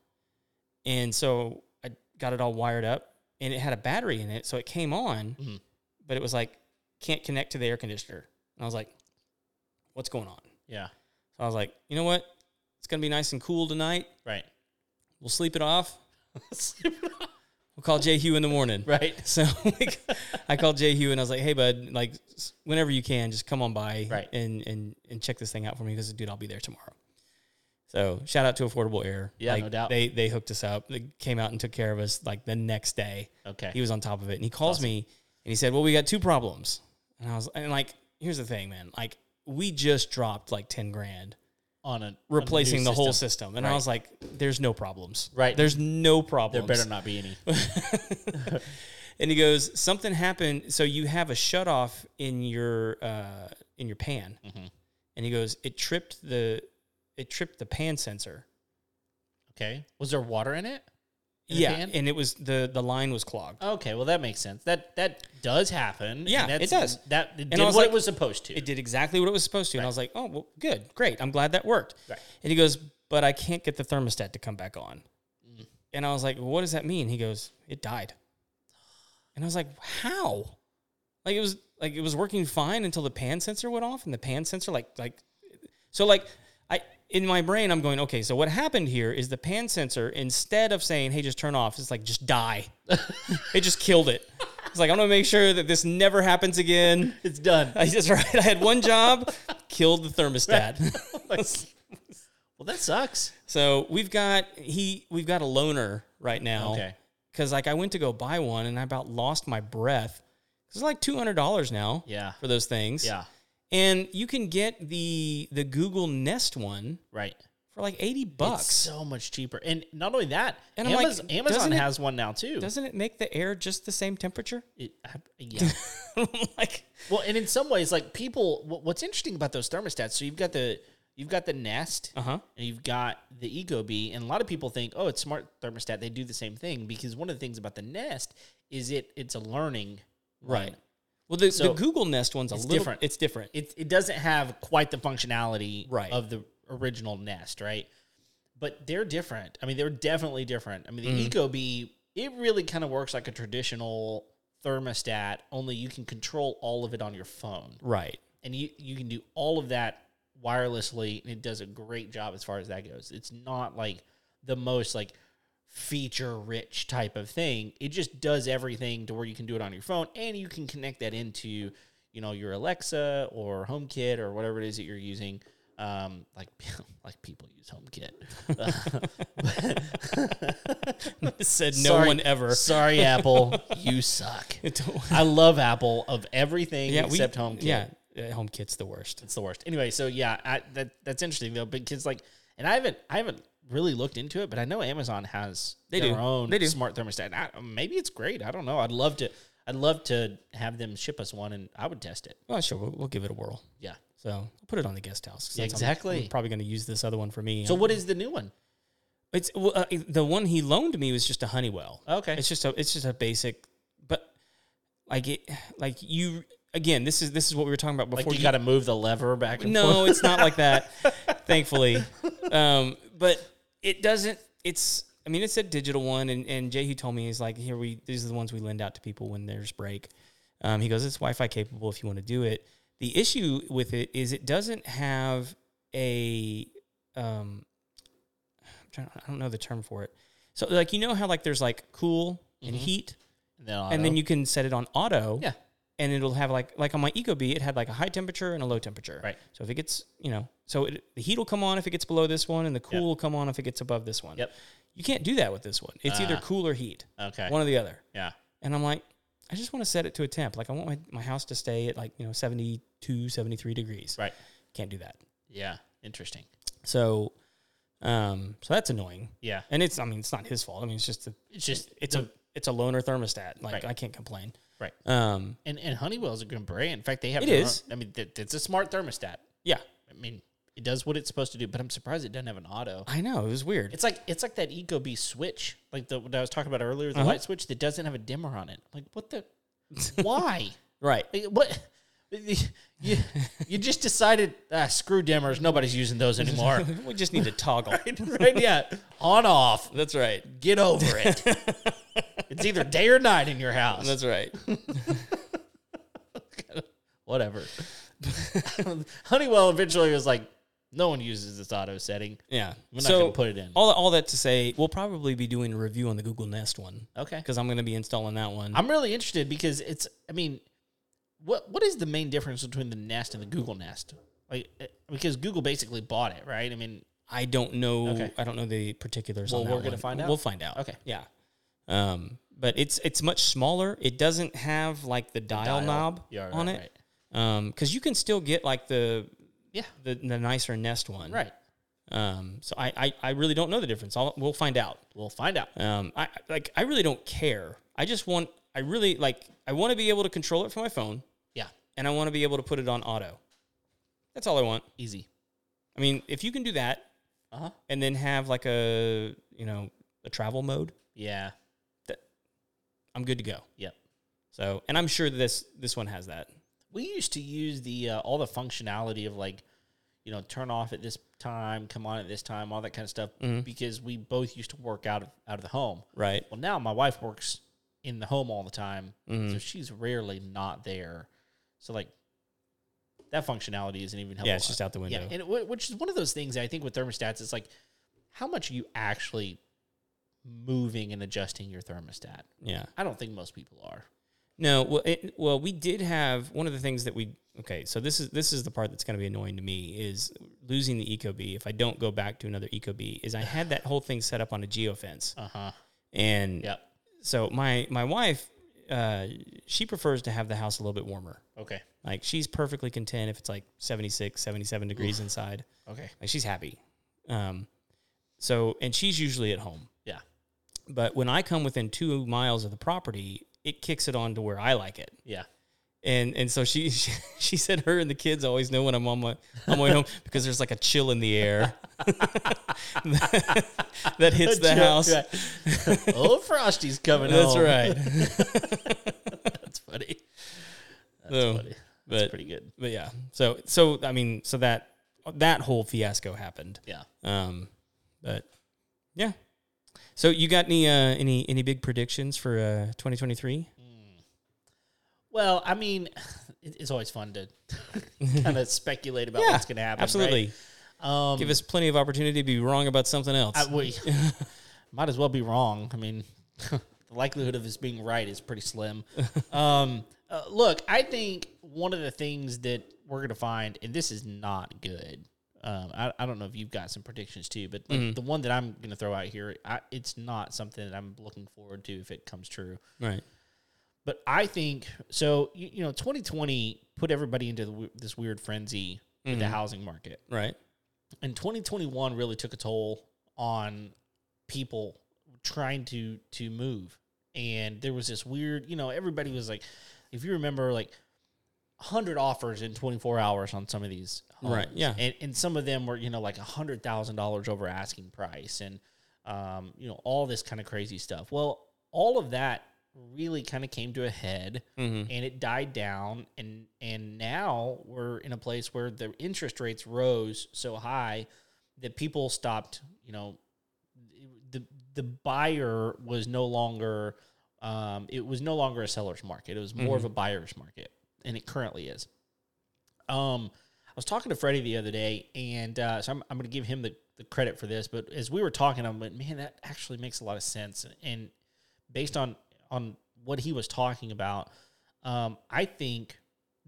Speaker 2: And so I got it all wired up, and it had a battery in it, so it came on,
Speaker 1: Mhm.
Speaker 2: but it was like can't connect to the air conditioner. And I was like, what's going on?
Speaker 1: Yeah.
Speaker 2: So I was like, you know what? It's gonna be nice and cool tonight.
Speaker 1: Right.
Speaker 2: We'll sleep it off. We'll call Jay Hugh in the morning.
Speaker 1: right.
Speaker 2: So like, I called Jay Hugh and I was like, "Hey, bud, like, s- whenever you can, just come on by
Speaker 1: Right.
Speaker 2: and and and check this thing out for me because, dude, I'll be there tomorrow." So shout out to Affordable Air.
Speaker 1: Yeah,
Speaker 2: Like,
Speaker 1: no doubt.
Speaker 2: They they hooked us up. They came out and took care of us like the next day. He
Speaker 1: Okay.
Speaker 2: was on top of it, and he calls me and he said, "Well, we got two problems." And I was and like, "Here's the thing, man. Like, we just dropped like ten grand."
Speaker 1: On a
Speaker 2: Replacing
Speaker 1: on a
Speaker 2: the
Speaker 1: new
Speaker 2: whole system, and I
Speaker 1: Right.
Speaker 2: was like, "There's no problems,
Speaker 1: Right.
Speaker 2: There's no
Speaker 1: There
Speaker 2: problems.
Speaker 1: better not be any.
Speaker 2: and he goes, something happened. So you have a shut off in your uh, in your pan,
Speaker 1: Mhm.
Speaker 2: and he goes, it tripped the it tripped the pan sensor.
Speaker 1: Okay. Was there water in it? in a
Speaker 2: yeah,
Speaker 1: can?
Speaker 2: and it was the the line was clogged.
Speaker 1: Okay, well that makes sense. That that does happen.
Speaker 2: Yeah,
Speaker 1: and that's-
Speaker 2: it does.
Speaker 1: That it
Speaker 2: I
Speaker 1: did
Speaker 2: was
Speaker 1: what
Speaker 2: like-
Speaker 1: it was supposed to.
Speaker 2: It did exactly what it was supposed to, and I was like, "Oh, well, good, great. I'm glad that worked."
Speaker 1: Right.
Speaker 2: And he goes, "But I can't get the thermostat to come back on." And I was like, "What does that mean?" He goes, "It died." And I was like, "How?" Like it was like it was working fine until the pan sensor went off, and the pan sensor like like so like I in my brain I'm going, "Okay, so what happened here is the pan sensor instead of saying, "Hey, just turn off," it's like just die. it just killed it. It's like I'm gonna make sure that this never happens again.
Speaker 1: It's done.
Speaker 2: I just right. I had one job, killed the thermostat.
Speaker 1: well, that sucks.
Speaker 2: so we've got he we've got a loner right now.
Speaker 1: Okay.
Speaker 2: Cause like I went to go buy one and I about lost my breath. It's like two hundred dollars now.
Speaker 1: Yeah.
Speaker 2: For those things.
Speaker 1: Yeah.
Speaker 2: And you can get the the Google Nest one
Speaker 1: Right.
Speaker 2: for like eighty
Speaker 1: It's
Speaker 2: bucks.
Speaker 1: so much cheaper. And not only that,
Speaker 2: And I'm like,
Speaker 1: Amazon, Amazon
Speaker 2: doesn't it-
Speaker 1: has one now too.
Speaker 2: Doesn't it make the air just the same temperature?
Speaker 1: It- I- yeah.
Speaker 2: like
Speaker 1: well, and in some ways, like people, wh- what's interesting about those thermostats? So you've got the you've got the Nest,
Speaker 2: uh huh.
Speaker 1: and you've got the Ego Bee, and a lot of people think, oh, it's smart thermostat. They do the same thing because one of the things about the Nest is it it's a learning
Speaker 2: Right.
Speaker 1: one.
Speaker 2: Well the,
Speaker 1: So,
Speaker 2: the Google Nest one's a
Speaker 1: it's
Speaker 2: little
Speaker 1: different.
Speaker 2: It's different.
Speaker 1: it, it doesn't have quite the functionality
Speaker 2: Right.
Speaker 1: of the original Nest, right? But they're different. I mean, they're definitely different. I mean, the
Speaker 2: Mhm.
Speaker 1: Eco Bee, it really kind of works like a traditional thermostat, only you can control all of it on your phone.
Speaker 2: right.
Speaker 1: And you, you can do all of that wirelessly, and it does a great job as far as that goes. It's not like the most like feature rich type of thing. It just does everything to where you can do it on your phone and you can connect that into, you know, your Alexa or HomeKit or whatever it is that you're using. Um, like like people use HomeKit.
Speaker 2: Said no
Speaker 1: Sorry.
Speaker 2: one ever.
Speaker 1: Sorry, Apple, you suck.
Speaker 2: Don't-
Speaker 1: I love Apple of everything
Speaker 2: yeah, we-
Speaker 1: except HomeKit.
Speaker 2: Yeah, yeah, HomeKit's the worst.
Speaker 1: it's the worst. Anyway, so yeah, I, that that's interesting though because like, and I haven't I haven't really looked into it, but I know Amazon has
Speaker 2: They
Speaker 1: their
Speaker 2: do.
Speaker 1: own
Speaker 2: They do.
Speaker 1: smart thermostat. I, maybe it's great. I don't know. I'd love to. I'd love to have them ship us one, and I would test it.
Speaker 2: Well, Oh, sure, we'll, we'll give it a whirl.
Speaker 1: Yeah.
Speaker 2: So I'll put it on the guest house. 'cause
Speaker 1: Yeah,
Speaker 2: that's how I'm-
Speaker 1: exactly.
Speaker 2: I'm probably going to use this other one for me.
Speaker 1: So what is the new one?
Speaker 2: It's well, uh, the one he loaned me was just a Honeywell. Uh,
Speaker 1: Okay.
Speaker 2: It's just a it's just a basic, but like it like you again. This is this is what we were talking about
Speaker 1: Like
Speaker 2: before.
Speaker 1: you, got to move the lever back and forth.
Speaker 2: no, it's not like that. thankfully, um, but it doesn't. It's I mean it's a digital one, and and Jehu told me he's like here we these are the ones we lend out to people when there's break. Um, he goes it's Wi-Fi capable if you want to do it. The issue with it is it doesn't have a um, I'm trying, I don't know the term for it. So like you know how like there's like cool and heat,
Speaker 1: And then,
Speaker 2: and then you can set it on auto
Speaker 1: yeah.
Speaker 2: and it'll have like like on my EcoBee, it had like a high temperature and a low temperature.
Speaker 1: Right.
Speaker 2: So if it gets, you know, so it, the heat will come on if it gets below this one, and the cool
Speaker 1: Yep.
Speaker 2: will come on if it gets above this one.
Speaker 1: Yep.
Speaker 2: You can't do that with this one. It's either
Speaker 1: Ah.
Speaker 2: cool or heat,
Speaker 1: Okay.
Speaker 2: one or the other.
Speaker 1: yeah.
Speaker 2: And I'm like, I just want to set it to a temp. Like I want my, my house to stay at like you know 72, 73 degrees.
Speaker 1: Right.
Speaker 2: Can't do that.
Speaker 1: Yeah. Interesting.
Speaker 2: So, um, so that's annoying.
Speaker 1: Yeah.
Speaker 2: And it's I mean it's not his fault. I mean it's just a,
Speaker 1: It's just
Speaker 2: it's a it's a loner thermostat. Like
Speaker 1: Right.
Speaker 2: I can't complain.
Speaker 1: Right.
Speaker 2: Um.
Speaker 1: and and Honeywell is a good brand. In fact, they have
Speaker 2: It
Speaker 1: their
Speaker 2: is.
Speaker 1: Own, I mean, that, that's a smart thermostat.
Speaker 2: Yeah.
Speaker 1: I mean, it does what it's supposed to do, but I'm surprised it doesn't have an auto.
Speaker 2: I know it was weird.
Speaker 1: It's like it's like that EcoBee switch, like the what I was talking about earlier, the
Speaker 2: Uh-huh.
Speaker 1: light switch that doesn't have a dimmer on it. Like what the? Why?
Speaker 2: right.
Speaker 1: Like, what? You, you just decided ah, screw dimmers. Nobody's using those anymore.
Speaker 2: we just need to toggle.
Speaker 1: right? Yeah, on off.
Speaker 2: That's right.
Speaker 1: Get over it. it's either day or night in your house.
Speaker 2: That's right.
Speaker 1: Whatever. Honeywell eventually was like, no one uses this auto setting.
Speaker 2: Yeah.
Speaker 1: We're not
Speaker 2: so
Speaker 1: gonna put it in.
Speaker 2: all all that to say, we'll probably be doing a review on the Google Nest one
Speaker 1: Okay.
Speaker 2: because I'm going to be installing that one.
Speaker 1: I'm really interested because it's. I mean, what what is the main difference between the Nest and the Google Nest? Like, eh, because Google basically bought it, right? I mean,
Speaker 2: I don't know.
Speaker 1: Okay.
Speaker 2: I don't know the particulars.
Speaker 1: Well,
Speaker 2: on that
Speaker 1: we're gonna
Speaker 2: one.
Speaker 1: find out.
Speaker 2: We'll find out.
Speaker 1: Okay.
Speaker 2: Yeah. Um, but it's it's much smaller. It doesn't have like the dial,
Speaker 1: dial.
Speaker 2: knob
Speaker 1: Yeah, right,
Speaker 2: on it.
Speaker 1: right.
Speaker 2: Um, because you can still get like the
Speaker 1: yeah,
Speaker 2: the, the nicer Nest one.
Speaker 1: right.
Speaker 2: Um, so I I, I really don't know the difference. I'll, we'll find out.
Speaker 1: We'll find out.
Speaker 2: Um, I I- like I really don't care. I just want I really like I want to be able to control it from my phone
Speaker 1: Yeah,
Speaker 2: and I want to be able to put it on auto. That's all I want.
Speaker 1: easy.
Speaker 2: I mean, if you can do that
Speaker 1: Uh huh.
Speaker 2: and then have like a, you know, the travel mode,
Speaker 1: Yeah.
Speaker 2: I'm good to go.
Speaker 1: Yep.
Speaker 2: So, and I'm sure this this one has that.
Speaker 1: We used to use the uh, all the functionality of like, you know, turn off at this time, come on at this time, all that kind of stuff,
Speaker 2: Mhm.
Speaker 1: because we both used to work out of out of the home.
Speaker 2: Right.
Speaker 1: Well, now my wife works in the home all the time,
Speaker 2: Mhm.
Speaker 1: so she's rarely not there. So like, that functionality isn't even helpful.
Speaker 2: Yeah, it's just out the window.
Speaker 1: Yeah, and it, wh- which is one of those things I think with thermostats, it's like how much are you actually moving and adjusting your thermostat.
Speaker 2: yeah.
Speaker 1: I don't think most people are.
Speaker 2: No, well, it, well, we did have one of the things that we okay. So this is this is the part that's going to be annoying to me is losing the EcoBee. If I don't go back to another EcoBee, is I had that whole thing set up on a geofence,
Speaker 1: Uh huh.
Speaker 2: and
Speaker 1: Yep.
Speaker 2: so my my wife, uh, she prefers to have the house a little bit warmer.
Speaker 1: Okay.
Speaker 2: Like she's perfectly content if it's like 76, 77 degrees inside.
Speaker 1: Okay.
Speaker 2: Like she's happy. Um, so and she's usually at home.
Speaker 1: Yeah.
Speaker 2: But when I come within two miles of the property, it kicks it on to where I like it.
Speaker 1: Yeah.
Speaker 2: and and so she, she she said her and the kids always know when I'm on my on my way home because there's like a chill in the air that hits the house.
Speaker 1: Yeah. oh, Frosty's coming.
Speaker 2: That's
Speaker 1: home.
Speaker 2: right.
Speaker 1: That's funny. That's
Speaker 2: So,
Speaker 1: funny. That's
Speaker 2: Oh, but
Speaker 1: pretty good.
Speaker 2: but yeah. So so I mean so that that whole fiasco happened.
Speaker 1: Yeah.
Speaker 2: Um, but yeah. So you got any uh, any any big predictions for uh, 2023?
Speaker 1: Well, I mean, it- it's always fun to kind of speculate about what's going to happen. right?
Speaker 2: Absolutely.
Speaker 1: Um,
Speaker 2: Give us plenty of opportunity to be wrong about something else.
Speaker 1: I, we might as well be wrong. I mean, the likelihood of us being right is pretty slim. Um, uh, look, I think one of the things that we're going to find, and this is not good. Um, I, I don't know if you've got some predictions too, but like, the one that I'm going to throw out here, I, it's not something that I'm looking forward to if it comes true.
Speaker 2: right.
Speaker 1: But I think so. You, you know, 2020 put everybody into the, w- this weird frenzy with
Speaker 2: Mm-hmm.
Speaker 1: the housing market
Speaker 2: Right.
Speaker 1: and 2021 really took a toll on people trying to to move and there was this weird you know everybody was like if you remember like 100 offers in 24 hours on some of these homes.
Speaker 2: Right, yeah.
Speaker 1: and, and some of them were you know like $100000 over asking price and um, you know all this kind of crazy stuff well all of that really kind of came to a head
Speaker 2: Mm-hmm.
Speaker 1: and it died down and and now we're in a place where the interest rates rose so high that people stopped you know the the buyer was no longer um, it was no longer a seller's market it was more of a buyer's market and it currently is um i was talking to freddie the other day and uh, so i'm, I'm going to give him the, the credit for this but as we were talking i'm like man that actually makes a lot of sense and based on on what he was talking about, um, I think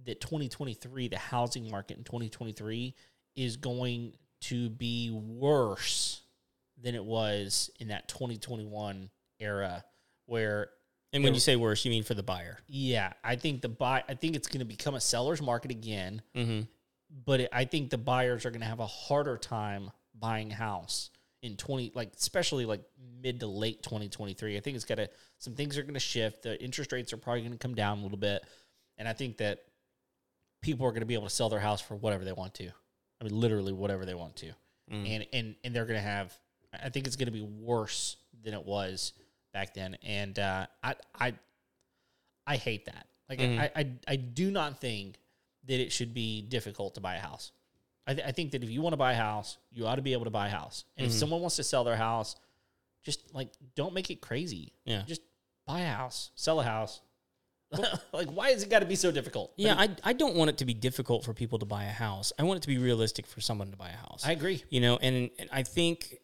Speaker 1: that 2023, the housing market in 2023 is going to be worse than it was in that 2021 era where
Speaker 2: And when you say worse, you mean for the buyer.
Speaker 1: yeah, I think the buy I think it's going to become a seller's market again,
Speaker 2: Mm-hmm.
Speaker 1: but it, I think the buyers are going to have a harder time buying a house in 20 like especially like mid to late 2023 i think it's got to some things are going to shift the interest rates are probably going to come down a little bit and i think that people are going to be able to sell their house for whatever they want to i mean literally whatever they want to
Speaker 2: Mm.
Speaker 1: and and and they're going to have i think it's going to be worse than it was back then and uh i i i hate that like
Speaker 2: Mhm.
Speaker 1: I, I i do not think that it should be difficult to buy a house I, th- I think that if you want to buy a house, you ought to be able to buy a house. And if someone wants to sell their house, just like don't make it crazy.
Speaker 2: Yeah.
Speaker 1: Just buy a house, sell a house. like, why has it got to be so difficult? But
Speaker 2: Yeah, I, I don't want it to be difficult for people to buy a house. I want it to be realistic for someone to buy a house.
Speaker 1: I agree.
Speaker 2: you know, and, and I think,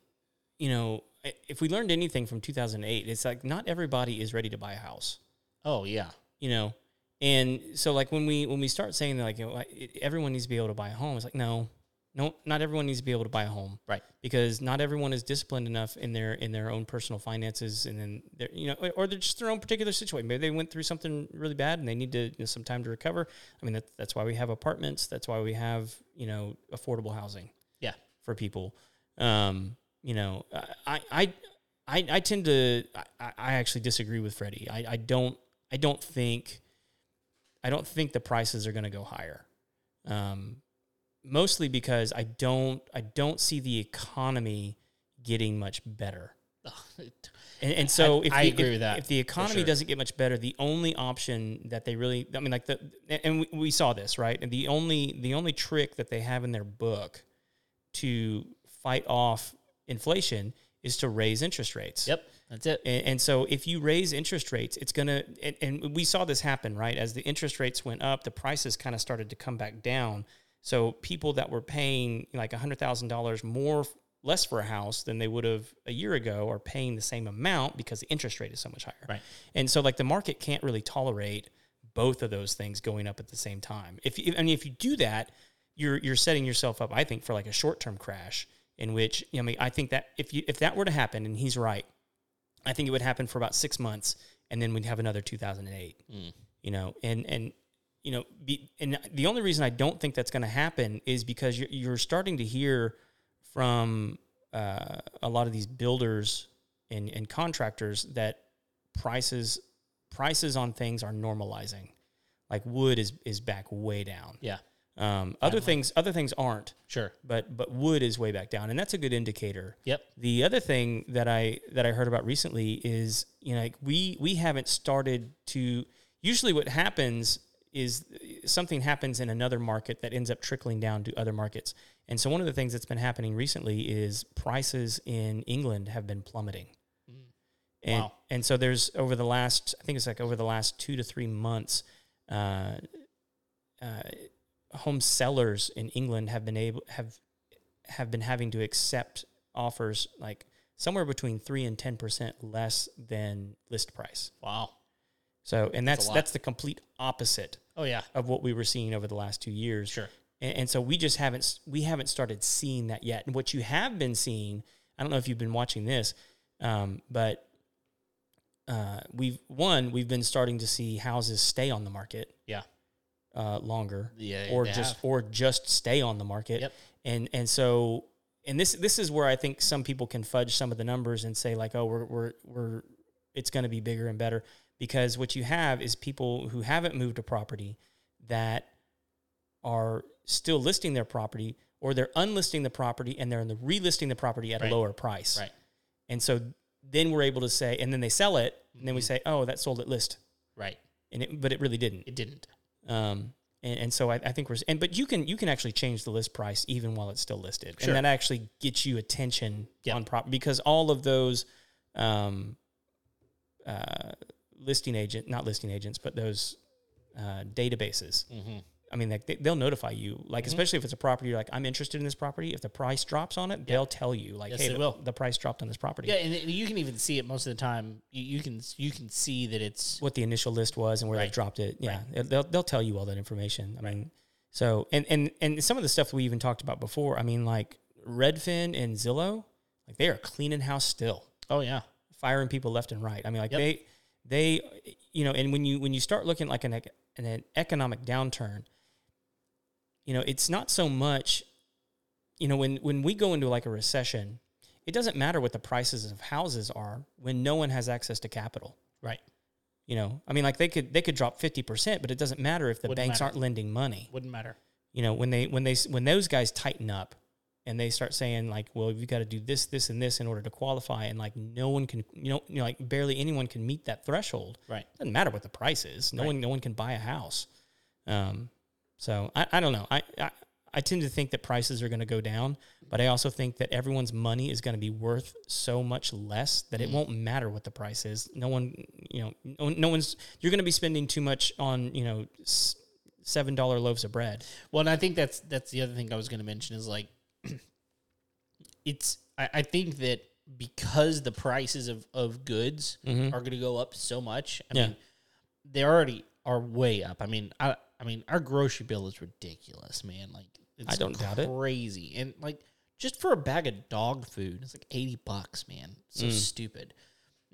Speaker 2: you know, i- if we learned anything from 2008, it's like not everybody is ready to buy a house,
Speaker 1: Oh yeah,
Speaker 2: you know? And so like when we, when we start saying like, you know, I- it- everyone needs to be able to buy a home, it's like, no, no, not everyone needs to be able to buy a home.
Speaker 1: right.
Speaker 2: because not everyone is disciplined enough in their in their own personal finances and then their you know or they're just their own particular situation maybe they went through something really bad and they need to you know, some time to recover i mean that, that's why we have apartments that's why we have you know affordable housing
Speaker 1: Yeah.
Speaker 2: for people um you know i i i, I tend to I, I actually disagree with freddie i i don't i don't think i don't think the prices are going to go higher um mostly because I don't I don't see the economy getting much better. And, and so,
Speaker 1: I-
Speaker 2: if
Speaker 1: I
Speaker 2: the,
Speaker 1: agree
Speaker 2: if-
Speaker 1: with that,
Speaker 2: If the
Speaker 1: for
Speaker 2: economy
Speaker 1: sure.
Speaker 2: doesn't get much better, the only option that they really, I mean, like the, and- and we, we saw this right, and the only the only trick that they have in their book to fight off inflation is to raise interest rates.
Speaker 1: Yep, that's it.
Speaker 2: And, and so if you raise interest rates, it's going to, and, and we saw this happen, right? As the interest rates went up, the prices kind of started to come back down. So people that were paying like $100,000 more, less for a house than they would have a year ago are paying the same amount because the interest rate is so much higher.
Speaker 1: Right.
Speaker 2: And so like the market can't really tolerate both of those things going up at the same time. If you, I mean, if you do that, you're you're setting yourself up, I think, for like a short term crash in which I mean, I think that if you if that were to happen, and he's right, I think it would happen for about six months, and then we'd have another 2008. You know, and and you know, be, and the only reason I don't think that's going to happen is because you're, you're starting to hear from uh, a lot of these builders and, and contractors that prices prices on things are normalizing. Like wood is is back way down.
Speaker 1: Yeah,
Speaker 2: Um, other things other things aren't,
Speaker 1: sure.
Speaker 2: but but wood is way back down, and that's a good indicator.
Speaker 1: Yep.
Speaker 2: The other thing that I that I heard about recently is you know like we we haven't started to usually what happens is something happens in another market that ends up trickling down to other markets. And so one of the things that's been happening recently is prices in England have been plummeting. And,
Speaker 1: Wow.
Speaker 2: and so there's over the last I think it's like over the last 2 to 3 months uh, uh, home sellers in England have been able have have been having to accept offers like somewhere between three and ten percent less than list price.
Speaker 1: Wow.
Speaker 2: So, and that's
Speaker 1: a lot.
Speaker 2: that's, the complete opposite
Speaker 1: Oh yeah.
Speaker 2: of what we were seeing over the last two years.
Speaker 1: Sure.
Speaker 2: And, and so we just haven't s- we haven't started seeing that yet. And what you have been seeing, I don't know if you've been watching this, um, but uh, we've one we've been starting to see houses stay on the market
Speaker 1: Yeah.
Speaker 2: uh, longer
Speaker 1: Yeah.
Speaker 2: or
Speaker 1: they
Speaker 2: just
Speaker 1: have.
Speaker 2: or just stay on the market.
Speaker 1: Yep.
Speaker 2: And and so and this this is where I think some people can fudge some of the numbers and say like, oh, we're we're we're it's going to be bigger and better because what you have is people who haven't moved a property that are still listing their property or they're unlisting the property and they're relisting the property at
Speaker 1: Right.
Speaker 2: a lower price.
Speaker 1: Right.
Speaker 2: And so then we're able to say, and then they sell it, and then we
Speaker 1: Mm-hmm.
Speaker 2: say, oh, that sold at list,
Speaker 1: right.
Speaker 2: and it, but it really didn't.
Speaker 1: It didn't.
Speaker 2: Um, and, and so I, I think we're and but you can you can actually change the list price even while it's still listed,
Speaker 1: Sure.
Speaker 2: and that actually gets you attention
Speaker 1: Yep.
Speaker 2: on prop because all of those um, uh, listing agent not listing agents but those uh, databases.
Speaker 1: Mm-hmm.
Speaker 2: I mean, like they, they'll notify you, like especially if it's a property, you're like I'm interested in this property. If the price drops on it, they'll tell you, like,
Speaker 1: Yes,
Speaker 2: hey,
Speaker 1: they
Speaker 2: the,
Speaker 1: will.
Speaker 2: the price dropped on this property.
Speaker 1: Yeah, and and you can even see it most of the time. You, you can you can see that it's
Speaker 2: what the initial list was and where
Speaker 1: Right.
Speaker 2: they dropped it. Yeah, they'll they'll tell you all that information. I mean, so and and and some of the stuff we even talked about before. I mean, like Redfin and Zillow, like they are cleaning house still,
Speaker 1: oh yeah,
Speaker 2: firing people left and right. I mean, like
Speaker 1: Yep.
Speaker 2: they they you know, and when you when you start looking like an ec- an, an economic downturn, you know, it's not so much, you know, when when we go into like a recession. It doesn't matter what the prices of houses are when no one has access to capital.
Speaker 1: right.
Speaker 2: You know, I mean, like they could they could drop fifty percent, but it doesn't matter if the
Speaker 1: Wouldn't
Speaker 2: banks
Speaker 1: matter.
Speaker 2: aren't lending money.
Speaker 1: Wouldn't matter.
Speaker 2: You know, when they when they when those guys tighten up and they start saying like, well, you got to do this, this, and this in order to qualify, and like no one can, you know, you know, like barely anyone can meet that threshold.
Speaker 1: Right.
Speaker 2: Doesn't matter what the price is. No
Speaker 1: Right.
Speaker 2: one no one can buy a house. Um, so I, I don't know. I, I I tend to think that prices are going to go down, but I also think that everyone's money is going to be worth so much less that it
Speaker 1: Mm-hmm.
Speaker 2: won't matter what the price is. No one, you know, no, no one's. You're going to be spending too much on you know s- seven dollar loaves of bread.
Speaker 1: Well, and I think that's that's the other thing I was going to mention is like it's I, I think that because the prices of of goods are going to go up so much. I
Speaker 2: Mm-hmm. Yeah.
Speaker 1: mean, they already are way up. I mean, I I mean our grocery bill is ridiculous, man. Like it's
Speaker 2: I don't doubt it.
Speaker 1: crazy and like just for a bag of dog food, it's like eighty bucks, man. So
Speaker 2: Mm.
Speaker 1: stupid.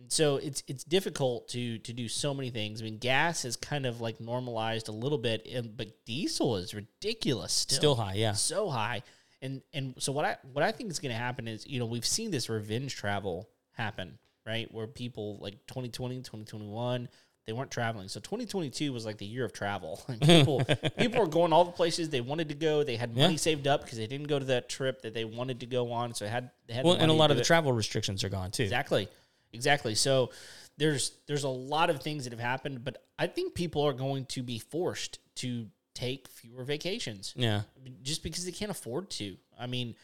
Speaker 1: so it's it's difficult to to do so many things. I mean, gas has kind of like normalized a little bit, and but diesel is ridiculous still,
Speaker 2: Still high, yeah.
Speaker 1: so high. And and so what I what I think is going to happen is you know we've seen this revenge travel happen right where people like 2020 2021 They weren't traveling. So 2022 was like the year of travel. And people people were going all the places they wanted to go. They had money
Speaker 2: Yeah.
Speaker 1: saved up because they didn't go to that trip that they wanted to go on. So they had they had
Speaker 2: Well,
Speaker 1: the
Speaker 2: and a
Speaker 1: money
Speaker 2: lot
Speaker 1: to
Speaker 2: of
Speaker 1: do it.
Speaker 2: the travel restrictions are gone too.
Speaker 1: Exactly. Exactly. So there's there's a lot of things that have happened, but I think people are going to be forced to take fewer vacations
Speaker 2: Yeah.
Speaker 1: just because they can't afford to. I mean,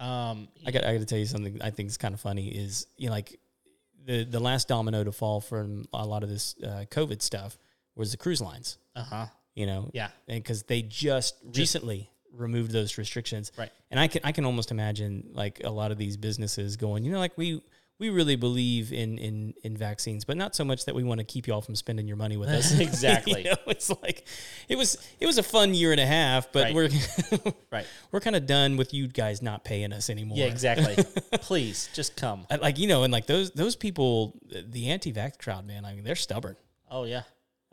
Speaker 1: um,
Speaker 2: I got I got to tell you something I think is kind of funny is you know like the the last domino to fall from a lot of this uh, COVID stuff was the cruise lines.
Speaker 1: uh huh.
Speaker 2: You know,
Speaker 1: Yeah.
Speaker 2: and because they just, recently removed those restrictions,
Speaker 1: Right.
Speaker 2: And I can I can almost imagine like a lot of these businesses going, you know, like we. We really believe in, in in vaccines, but not so much that we want to keep y'all from spending your money with us.
Speaker 1: Exactly.
Speaker 2: You know, it's like it was it was a fun year and a half, but
Speaker 1: Right.
Speaker 2: we're
Speaker 1: Right.
Speaker 2: we're kind of done with you guys not paying us anymore.
Speaker 1: Yeah, exactly. Please just come.
Speaker 2: I- like you know, and like those those people, the anti-vax crowd, man. I mean, they're stubborn.
Speaker 1: Oh yeah.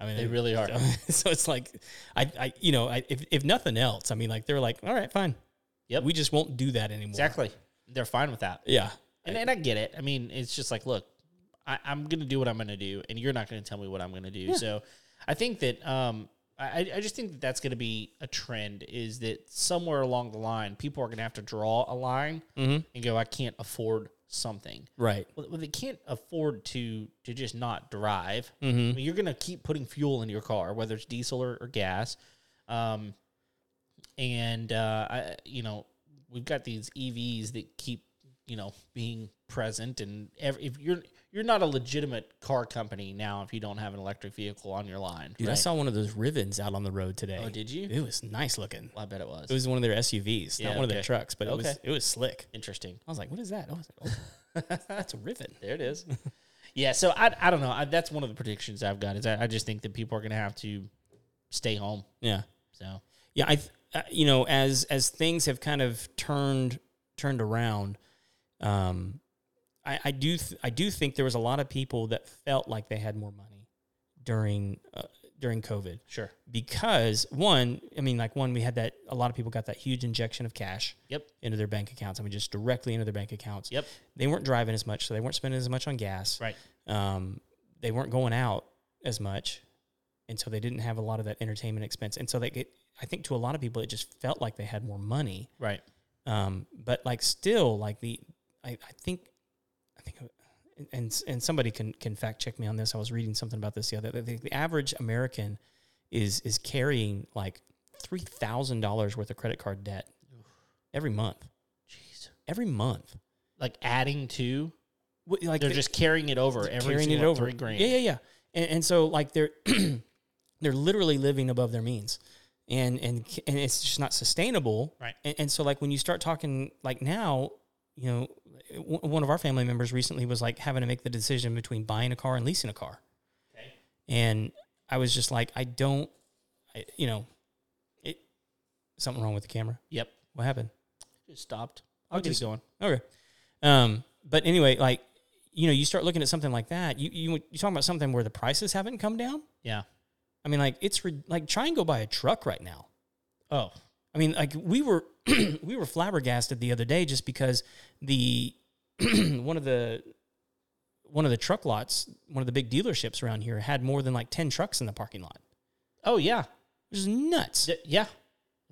Speaker 2: I mean,
Speaker 1: They really are.
Speaker 2: So it's like, I, I, you know, I, if if nothing else, I mean, like they're like, all right, fine.
Speaker 1: Yep.
Speaker 2: We just won't do that anymore.
Speaker 1: Exactly. They're fine with that.
Speaker 2: Yeah.
Speaker 1: And, and I get it. I mean, it's just like, look, I, I'm going to do what I'm going to do, and you're not going to tell me what I'm going to do. So I think that um, I, I- I just think that that's going to be a trend is that somewhere along the line, people are going to have to draw a line and go, I can't afford something.
Speaker 2: Right.
Speaker 1: Well, well, they can't afford to to just not drive. I mean, you're going to keep putting fuel in your car, whether it's diesel or, or gas. Um, and uh, I, you know, we've got these EVs that keep you know being present, and ev if you're you're not a legitimate car company now if you don't have an electric vehicle on your line.
Speaker 2: Dude, I
Speaker 1: right?
Speaker 2: saw one of those ribbons out on the road today.
Speaker 1: Oh, did you?
Speaker 2: It was nice looking.
Speaker 1: Well, I bet it was,
Speaker 2: It was one of their SUVs,
Speaker 1: Yeah,
Speaker 2: not one of their
Speaker 1: okay.
Speaker 2: trucks, but it was
Speaker 1: Okay.
Speaker 2: it was slick.
Speaker 1: interesting.
Speaker 2: I was like, what is that? I was like, oh, that's- that's a ribbon.
Speaker 1: There it is. yeah, so I I don't know. I, that's one of the predictions I've got is I, I just think that people are going to have to stay home.
Speaker 2: Yeah.
Speaker 1: So
Speaker 2: Yeah, I, th- uh, you know, as as things have kind of turned turned around, um, I, I do th- I do think there was a lot of people that felt like they had more money during uh, during COVID
Speaker 1: sure.
Speaker 2: because one, I mean, like one, we had that a lot of people got that huge injection of cash
Speaker 1: Yep.
Speaker 2: into their bank accounts. I mean, just directly into their bank accounts.
Speaker 1: Yep.
Speaker 2: They weren't driving as much, so they weren't spending as much on gas.
Speaker 1: Right.
Speaker 2: Um, they weren't going out as much, and so they didn't have a lot of that entertainment expense. And so they get, I think, to a lot of people, it just felt like they had more money.
Speaker 1: Right.
Speaker 2: Um, but like still, like the, I, I think, I think, and and somebody can can fact check me on this. I was reading something about this the other. The, the average American is is carrying like three thousand dollars worth of credit card debt every month.
Speaker 1: Jeez.
Speaker 2: Every month.
Speaker 1: Like adding to,
Speaker 2: Wh- Like
Speaker 1: they're
Speaker 2: the-
Speaker 1: just carrying it over every
Speaker 2: carrying it
Speaker 1: single
Speaker 2: over.
Speaker 1: three grand.
Speaker 2: Yeah, yeah, yeah. And, and so like they're they're literally living above their means, and and and it's just not sustainable.
Speaker 1: Right.
Speaker 2: And, and so like when you start talking like now, you know, w- one of our family members recently was like having to make the decision between buying a car and leasing a car,
Speaker 1: Okay.
Speaker 2: and I was just like, I don't, I, you know, it something wrong with the camera.
Speaker 1: Yep.
Speaker 2: What happened?
Speaker 1: Just stopped. I'll
Speaker 2: just-
Speaker 1: keep going.
Speaker 2: Okay. Um, but anyway, like, you know, you start looking at something like that. You you you talking about something where the prices haven't come down?
Speaker 1: Yeah.
Speaker 2: I mean, like it's re- like try and go buy a truck right now.
Speaker 1: Oh.
Speaker 2: I mean, like we were we were flabbergasted the other day just because the one of the one of the truck lots, one of the big dealerships around here had more than like 10 trucks in the parking lot.
Speaker 1: Oh yeah.
Speaker 2: Which is nuts.
Speaker 1: D- yeah.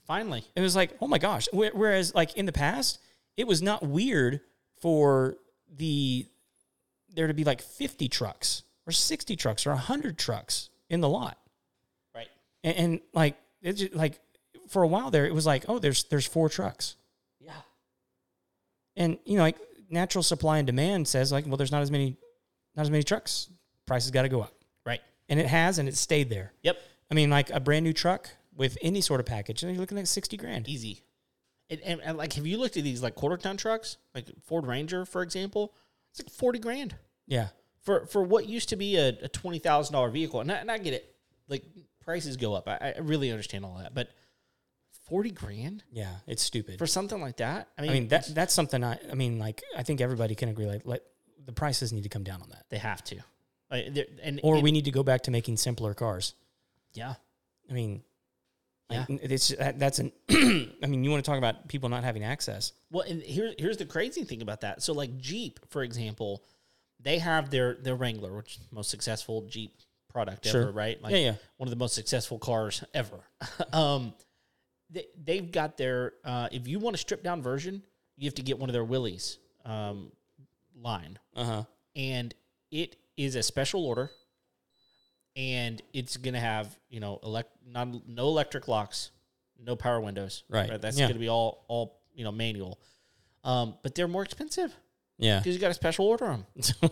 Speaker 1: Finally.
Speaker 2: It was like, oh my gosh. Whe- Whereas, like in the past, it was not weird for the there to be like fifty trucks or sixty trucks or hundred trucks in the lot,
Speaker 1: Right.
Speaker 2: and, and like it just, like for a while there, it was like, oh, there's there's four trucks,
Speaker 1: Yeah.
Speaker 2: and you know, like natural supply and demand says like, well, there's not as many not as many trucks, prices got to go up,
Speaker 1: Right.
Speaker 2: and it has, and it stayed there.
Speaker 1: Yep.
Speaker 2: I mean, like a brand new truck with any sort of package, and you're looking at sixty grand.
Speaker 1: Easy. And, and, and, like, have you looked at these like quarter ton trucks, like Ford Ranger, for example? It's like forty grand
Speaker 2: Yeah,
Speaker 1: for for what used to be a, a twenty thousand dollar vehicle. And I, and I get it. Like prices go up. I, I really understand all that, but forty grand
Speaker 2: yeah, it's stupid.
Speaker 1: for something like that. I mean,
Speaker 2: I mean that that's something I I mean like I think everybody can agree like let the prices need to come down on that.
Speaker 1: they have to. Like, they're- and
Speaker 2: Or
Speaker 1: and-
Speaker 2: we need to go back to making simpler cars.
Speaker 1: yeah.
Speaker 2: I mean
Speaker 1: Yeah.
Speaker 2: like, it's that, that's an I mean you want to talk about people not having access.
Speaker 1: Well, and here, here's the crazy thing about that. So, like Jeep, for example, they have their their Wrangler, which is the most successful Jeep product
Speaker 2: Sure.
Speaker 1: ever, right? Like
Speaker 2: yeah, yeah.
Speaker 1: one of the most successful cars ever. um, they, they've got their, uh, if you want a stripped down version, you have to get one of their Willys um, line.
Speaker 2: Uh huh.
Speaker 1: And it is a special order. And it's going to have, you know, elect, not, no electric locks, no power windows.
Speaker 2: Right.
Speaker 1: That's
Speaker 2: Yeah.
Speaker 1: going to be all, all, you know, manual. Um, but they're more expensive
Speaker 2: Yeah.
Speaker 1: because you got to special order them.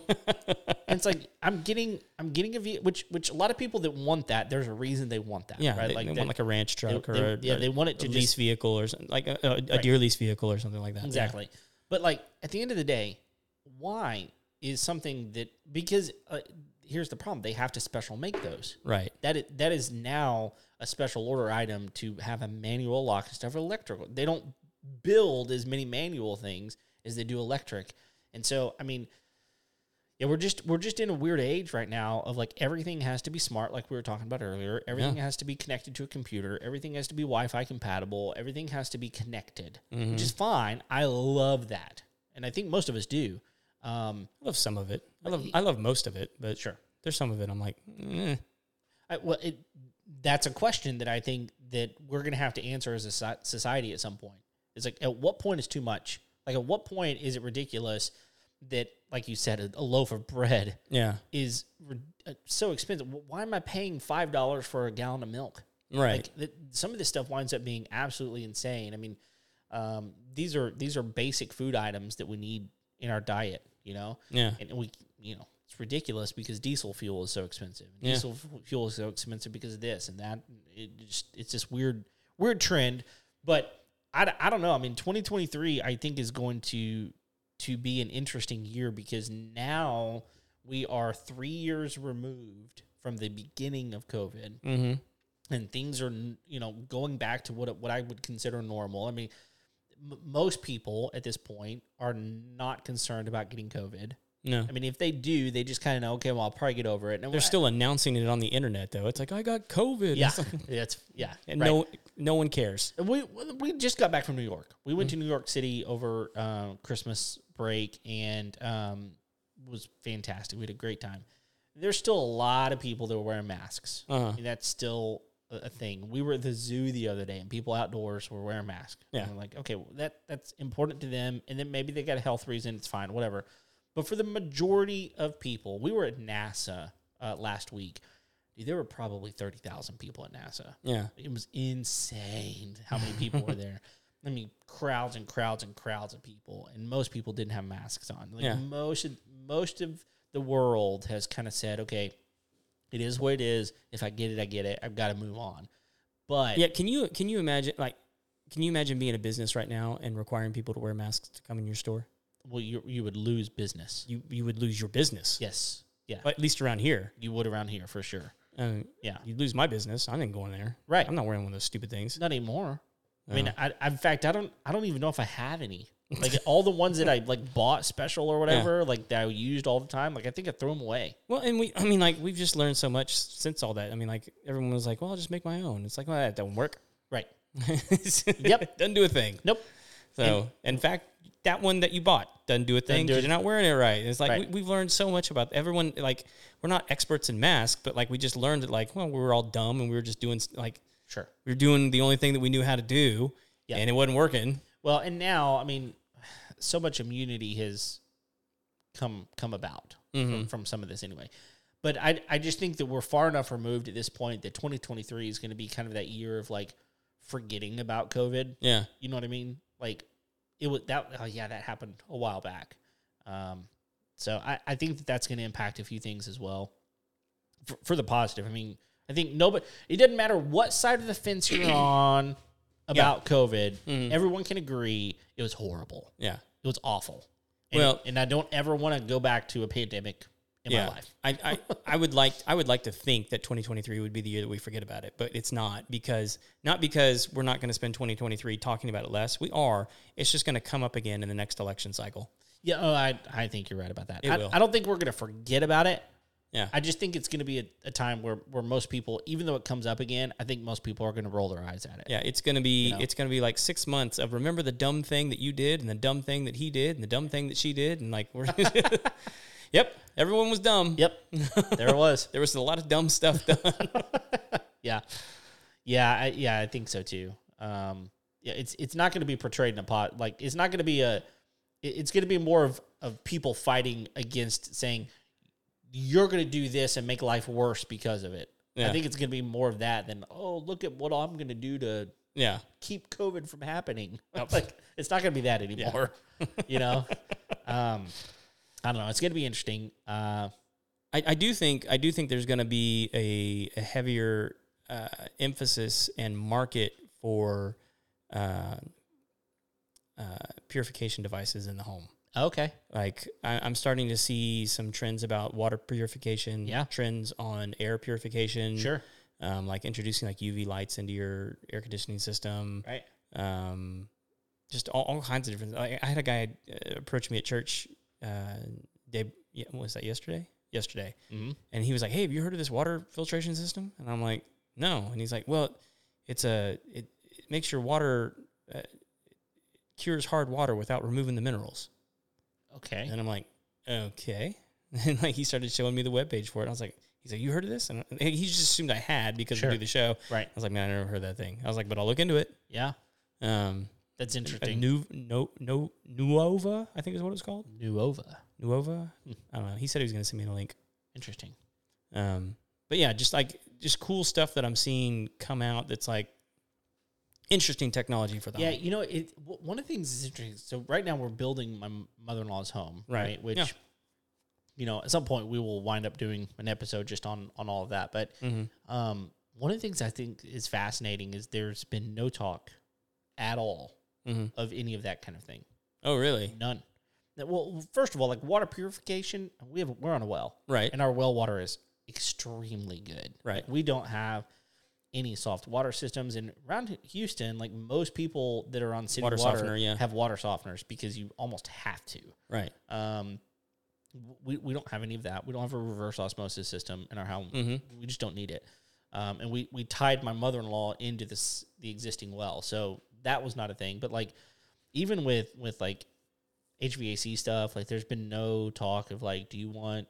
Speaker 1: And it's like I'm getting I'm getting a V which which a lot of people that want that there's a reason they want that
Speaker 2: yeah.
Speaker 1: right
Speaker 2: they,
Speaker 1: like
Speaker 2: they
Speaker 1: that-
Speaker 2: want like a ranch
Speaker 1: they-
Speaker 2: truck or
Speaker 1: they-
Speaker 2: a,
Speaker 1: yeah they want it to
Speaker 2: a
Speaker 1: just
Speaker 2: lease vehicle or something like a, a, a deer lease vehicle or something like that. Yeah.
Speaker 1: exactly but like at the end of the day why is something that because uh, here's the problem they have to special make those
Speaker 2: Right.
Speaker 1: that is, that is now a special order item to have a manual lock instead of electrical. They don't build as many manual things as they do electric, and so I mean, yeah, we're just we're just in a weird age right now of like everything has to be smart, like we were talking about earlier. Everything has to be connected to a computer. Everything has to be Wi-Fi compatible. Everything has to be connected, which is fine. I love that, and I think most of us do. Um,
Speaker 2: I love some of it. I love I love most of it, but
Speaker 1: Sure.
Speaker 2: there's some of it I'm like, eh.
Speaker 1: I, well, it, that's a question that I think that we're going to have to answer as a soci- society at some point. It's like, at what point is too much? Like, at what point is it ridiculous that, like you said, a, a loaf of bread
Speaker 2: yeah,
Speaker 1: is rid- uh, so expensive? Wh- Why am I paying five dollars for a gallon of milk?
Speaker 2: right.
Speaker 1: Like, th- some of this stuff winds up being absolutely insane. I mean, um, these are these are basic food items that we need in our diet. You know,
Speaker 2: yeah,
Speaker 1: and we you know it's ridiculous because diesel fuel is so expensive
Speaker 2: Yeah.
Speaker 1: diesel f- fuel is so expensive because of this and that it just it's this weird weird trend but I, d- I don't know i mean 2023 i think is going to to be an interesting year because now we are three years removed from the beginning of covid
Speaker 2: mm-hmm.
Speaker 1: and things are n- you know going back to what what I would consider normal. I mean, m- most people at this point are not concerned about getting COVID.
Speaker 2: No,
Speaker 1: I mean, if they do, they just kind of know, okay, well, I'll probably get over it. And
Speaker 2: they're still announcing it on the internet though. It's like I got COVID.
Speaker 1: yeah,
Speaker 2: It's like-
Speaker 1: that's yeah,
Speaker 2: and
Speaker 1: right.
Speaker 2: no, no one cares.
Speaker 1: And we we just got back from New York. We went to New York City over uh, Christmas break, and um, it was fantastic. We had a great time. There's still a lot of people that were wearing masks.
Speaker 2: Uh-huh.
Speaker 1: I mean, that's still a a thing. We were at the zoo the other day, and people outdoors were wearing masks.
Speaker 2: Yeah.
Speaker 1: And we're like, okay, well, that that's important to them, and then maybe they got a health reason. It's fine, whatever. But for the majority of people, we were at NASA uh, last week. Dude, there were probably thirty thousand people at NASA.
Speaker 2: Yeah,
Speaker 1: It was insane how many people were there. I mean, crowds and crowds and crowds of people, and most people didn't have masks on. Like
Speaker 2: Yeah.
Speaker 1: most of, most of the world has kind of said, "Okay, it is what it is. If I get it, I get it. I've got to move on." But
Speaker 2: yeah. Can you can you imagine like can you imagine being a business right now and requiring people to wear masks to come in your store?
Speaker 1: well, you you would lose business.
Speaker 2: You you would lose your business.
Speaker 1: Yes, yeah,
Speaker 2: At least around here,
Speaker 1: you would around here for sure.
Speaker 2: um,
Speaker 1: Yeah.
Speaker 2: you'd lose my business. I didn't go in there.
Speaker 1: Right.
Speaker 2: I'm not wearing one of those stupid things.
Speaker 1: Not anymore. I mean, I, I, in fact, I don't. I don't even know if I have any. Like all the ones that I like bought special or whatever, like that I used all the time. Like I think I threw them away.
Speaker 2: Well, and we, I mean, like, we've just learned so much since all that. I mean, like, everyone was like, well, I'll just make my own. It's like, well, that don't work.
Speaker 1: Right.
Speaker 2: yep. Doesn't do a thing.
Speaker 1: Nope.
Speaker 2: So, in fact, that one that you bought doesn't do a thing
Speaker 1: do
Speaker 2: because
Speaker 1: it.
Speaker 2: you're not wearing it right. It's like,
Speaker 1: Right.
Speaker 2: we, we've learned so much about everyone. Like, we're not experts in masks, but like, we just learned that, like, well, we were all dumb and we were just doing, like,
Speaker 1: Sure.
Speaker 2: we were doing the only thing that we knew how to do
Speaker 1: Yeah.
Speaker 2: and it wasn't working.
Speaker 1: Well, and now I mean, so much immunity has come come about
Speaker 2: Mm-hmm.
Speaker 1: from, from some of this anyway. But I I just think that we're far enough removed at this point that 2023 is going to be kind of that year of like forgetting about COVID.
Speaker 2: Yeah.
Speaker 1: You know what I mean? Like it was that. Oh yeah, that happened a while back. Um, so I, I think that that's going to impact a few things as well for, for the positive. I mean, I think nobody. It doesn't matter what side of the fence you're on about COVID. Everyone can agree it was horrible.
Speaker 2: Yeah.
Speaker 1: It was awful. And,
Speaker 2: Well-
Speaker 1: and I don't ever want to go back to a pandemic in my life.
Speaker 2: I, I, I would like I would like to think that 2023 would be the year that we forget about it, but it's not because not because we're not going to spend 2023 talking about it less. We are. It's just going to come up again in the next election cycle.
Speaker 1: Yeah, oh, I I think you're right about that.
Speaker 2: It
Speaker 1: I,
Speaker 2: will.
Speaker 1: I don't think we're going to forget about it.
Speaker 2: Yeah.
Speaker 1: I just think it's going to be a, a time where, where most people, even though it comes up again, I think most people are going to roll their eyes at it.
Speaker 2: yeah, it's gonna be it's gonna be like six months of remember the dumb thing that you did and the dumb thing that he did and the dumb thing that she did and like we're Yep, everyone was dumb.
Speaker 1: Yep, there it was.
Speaker 2: There was a lot of dumb stuff done.
Speaker 1: Yeah, yeah, I, yeah. I think so too. Um, yeah, it's it's not going to be portrayed in a pot. Like it's not going to be a. it- It's going to be more of of people fighting against saying you're going to do this and make life worse because of it. I
Speaker 2: Yeah.
Speaker 1: think it's going to be more of that than oh look at what I'm going to do to
Speaker 2: yeah,
Speaker 1: keep COVID from happening. like it's not going to be that anymore. you know, um, I don't know. It's going to be interesting. Uh,
Speaker 2: I, I do think I do think there's going to be a, a heavier uh, emphasis and market for uh, uh, purification devices in the home.
Speaker 1: okay.
Speaker 2: Like I, I'm starting to see some trends about water purification.
Speaker 1: Yeah.
Speaker 2: Trends on air purification.
Speaker 1: Sure.
Speaker 2: Um, like introducing like UV lights into your air conditioning system.
Speaker 1: Right.
Speaker 2: um, just all, all kinds of different. I, I had a guy uh, approach me at church. Uh, day, yeah, what was that yesterday? Yesterday,
Speaker 1: Mm-hmm.
Speaker 2: and he was like, "Hey, have you heard of this water filtration system?" And I'm like, "No." And he's like, "Well, it's a it, it makes your water uh, cures hard water without removing the minerals."
Speaker 1: Okay.
Speaker 2: And I'm like, "Okay." And like he started showing me the webpage for it. And I was like, "He's like, you heard of this?" And and he just assumed I had because
Speaker 1: Sure.
Speaker 2: we do the show.
Speaker 1: Right.
Speaker 2: I was like, "Man, I never heard that thing." I was like, "But I'll look into it."
Speaker 1: Yeah.
Speaker 2: Um,
Speaker 1: That's
Speaker 2: a
Speaker 1: interesting.
Speaker 2: new no no Nuova, I think is what it's called.
Speaker 1: Nuova.
Speaker 2: Nuova.
Speaker 1: Hmm.
Speaker 2: I don't know. He said he was going to send me the link.
Speaker 1: Interesting.
Speaker 2: Um, but yeah, just like just cool stuff that I'm seeing come out. That's like interesting technology for the
Speaker 1: Yeah,
Speaker 2: home.
Speaker 1: you know, it. w- One of the things is interesting. So right now we're building my mother in law's home, right?
Speaker 2: Right.
Speaker 1: Which,
Speaker 2: Yeah.
Speaker 1: you know, at some point we will wind up doing an episode just on on all of that. But
Speaker 2: Mhm.
Speaker 1: um, one of the things I think is fascinating is there's been no talk at all
Speaker 2: Mhm.
Speaker 1: of any of that kind of thing.
Speaker 2: Oh, really?
Speaker 1: None. Now, Well, first of all, like water purification, we have we're on a well.
Speaker 2: Right.
Speaker 1: and our well water is extremely good.
Speaker 2: Right.
Speaker 1: Like, we don't have any soft water systems, and around Houston, like most people that are on city water,
Speaker 2: Water softener, yeah.
Speaker 1: have water softeners because you almost have to.
Speaker 2: right.
Speaker 1: Um, w- we we don't have any of that. We don't have a reverse osmosis system in our home.
Speaker 2: Mhm.
Speaker 1: We just don't need it. Um, and we we tied my mother in law into this the existing well, so that was not a thing. But like even with with like HVAC stuff, like there's been no talk of like, do you want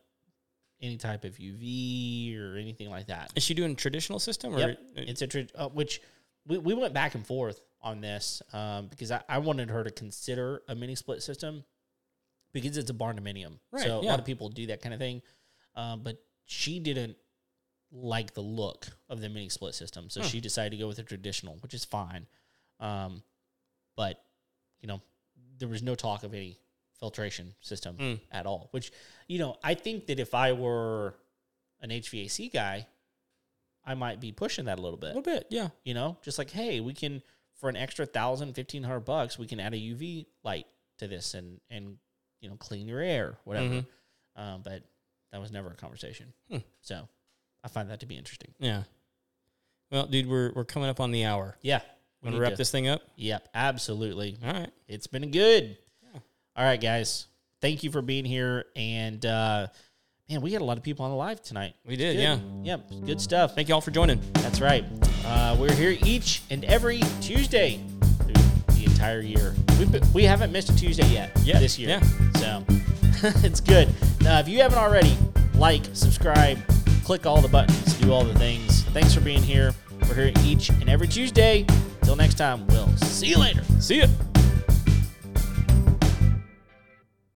Speaker 1: any type of UV or anything like that?
Speaker 2: Is she doing traditional system or
Speaker 1: Yep. It's a tr- uh, which we, we went back and forth on this um, because I, I wanted her to consider a mini split system because it's a barn dominium.
Speaker 2: Right,
Speaker 1: So a
Speaker 2: yeah.
Speaker 1: lot of people do that kind of thing. Um, but she didn't like the look of the mini split system. So
Speaker 2: Huh.
Speaker 1: she decided to go with a traditional, which is fine. Um, but, you know, there was no talk of any filtration system
Speaker 2: Hmm.
Speaker 1: at all, which, you know, I think that if I were an HVAC guy, I might be pushing that a little
Speaker 2: a
Speaker 1: bit.
Speaker 2: little bit? Yeah.
Speaker 1: You know, just like, hey, we can for an extra thousand, fifteen hundred bucks, we can add a UV light to this and and you know clean your air, whatever.
Speaker 2: Mhm.
Speaker 1: Um, but that was never a conversation.
Speaker 2: Hmm.
Speaker 1: So I find that to be interesting.
Speaker 2: Yeah. Well, dude, we're we're coming up on the hour.
Speaker 1: Yeah,
Speaker 2: Want
Speaker 1: need
Speaker 2: to wrap
Speaker 1: to-
Speaker 2: this thing up?
Speaker 1: Yep, absolutely.
Speaker 2: All right.
Speaker 1: It's been good. All right, guys, thank you for being here. And uh, man, we got a lot of people on the live tonight.
Speaker 2: We did.
Speaker 1: Good.
Speaker 2: Yeah.
Speaker 1: Yep. Good stuff.
Speaker 2: Thank you all for joining.
Speaker 1: That's right. Uh, we're here each and every Tuesday through the entire year. We've been, we haven't missed a Tuesday yet
Speaker 2: Yeah,
Speaker 1: this year.
Speaker 2: yeah.
Speaker 1: So it's good. Now, if you haven't already, like, subscribe, click all the buttons, do all the things. Thanks for being here. We're here each and every Tuesday. Till next time, we'll see you later.
Speaker 2: See ya.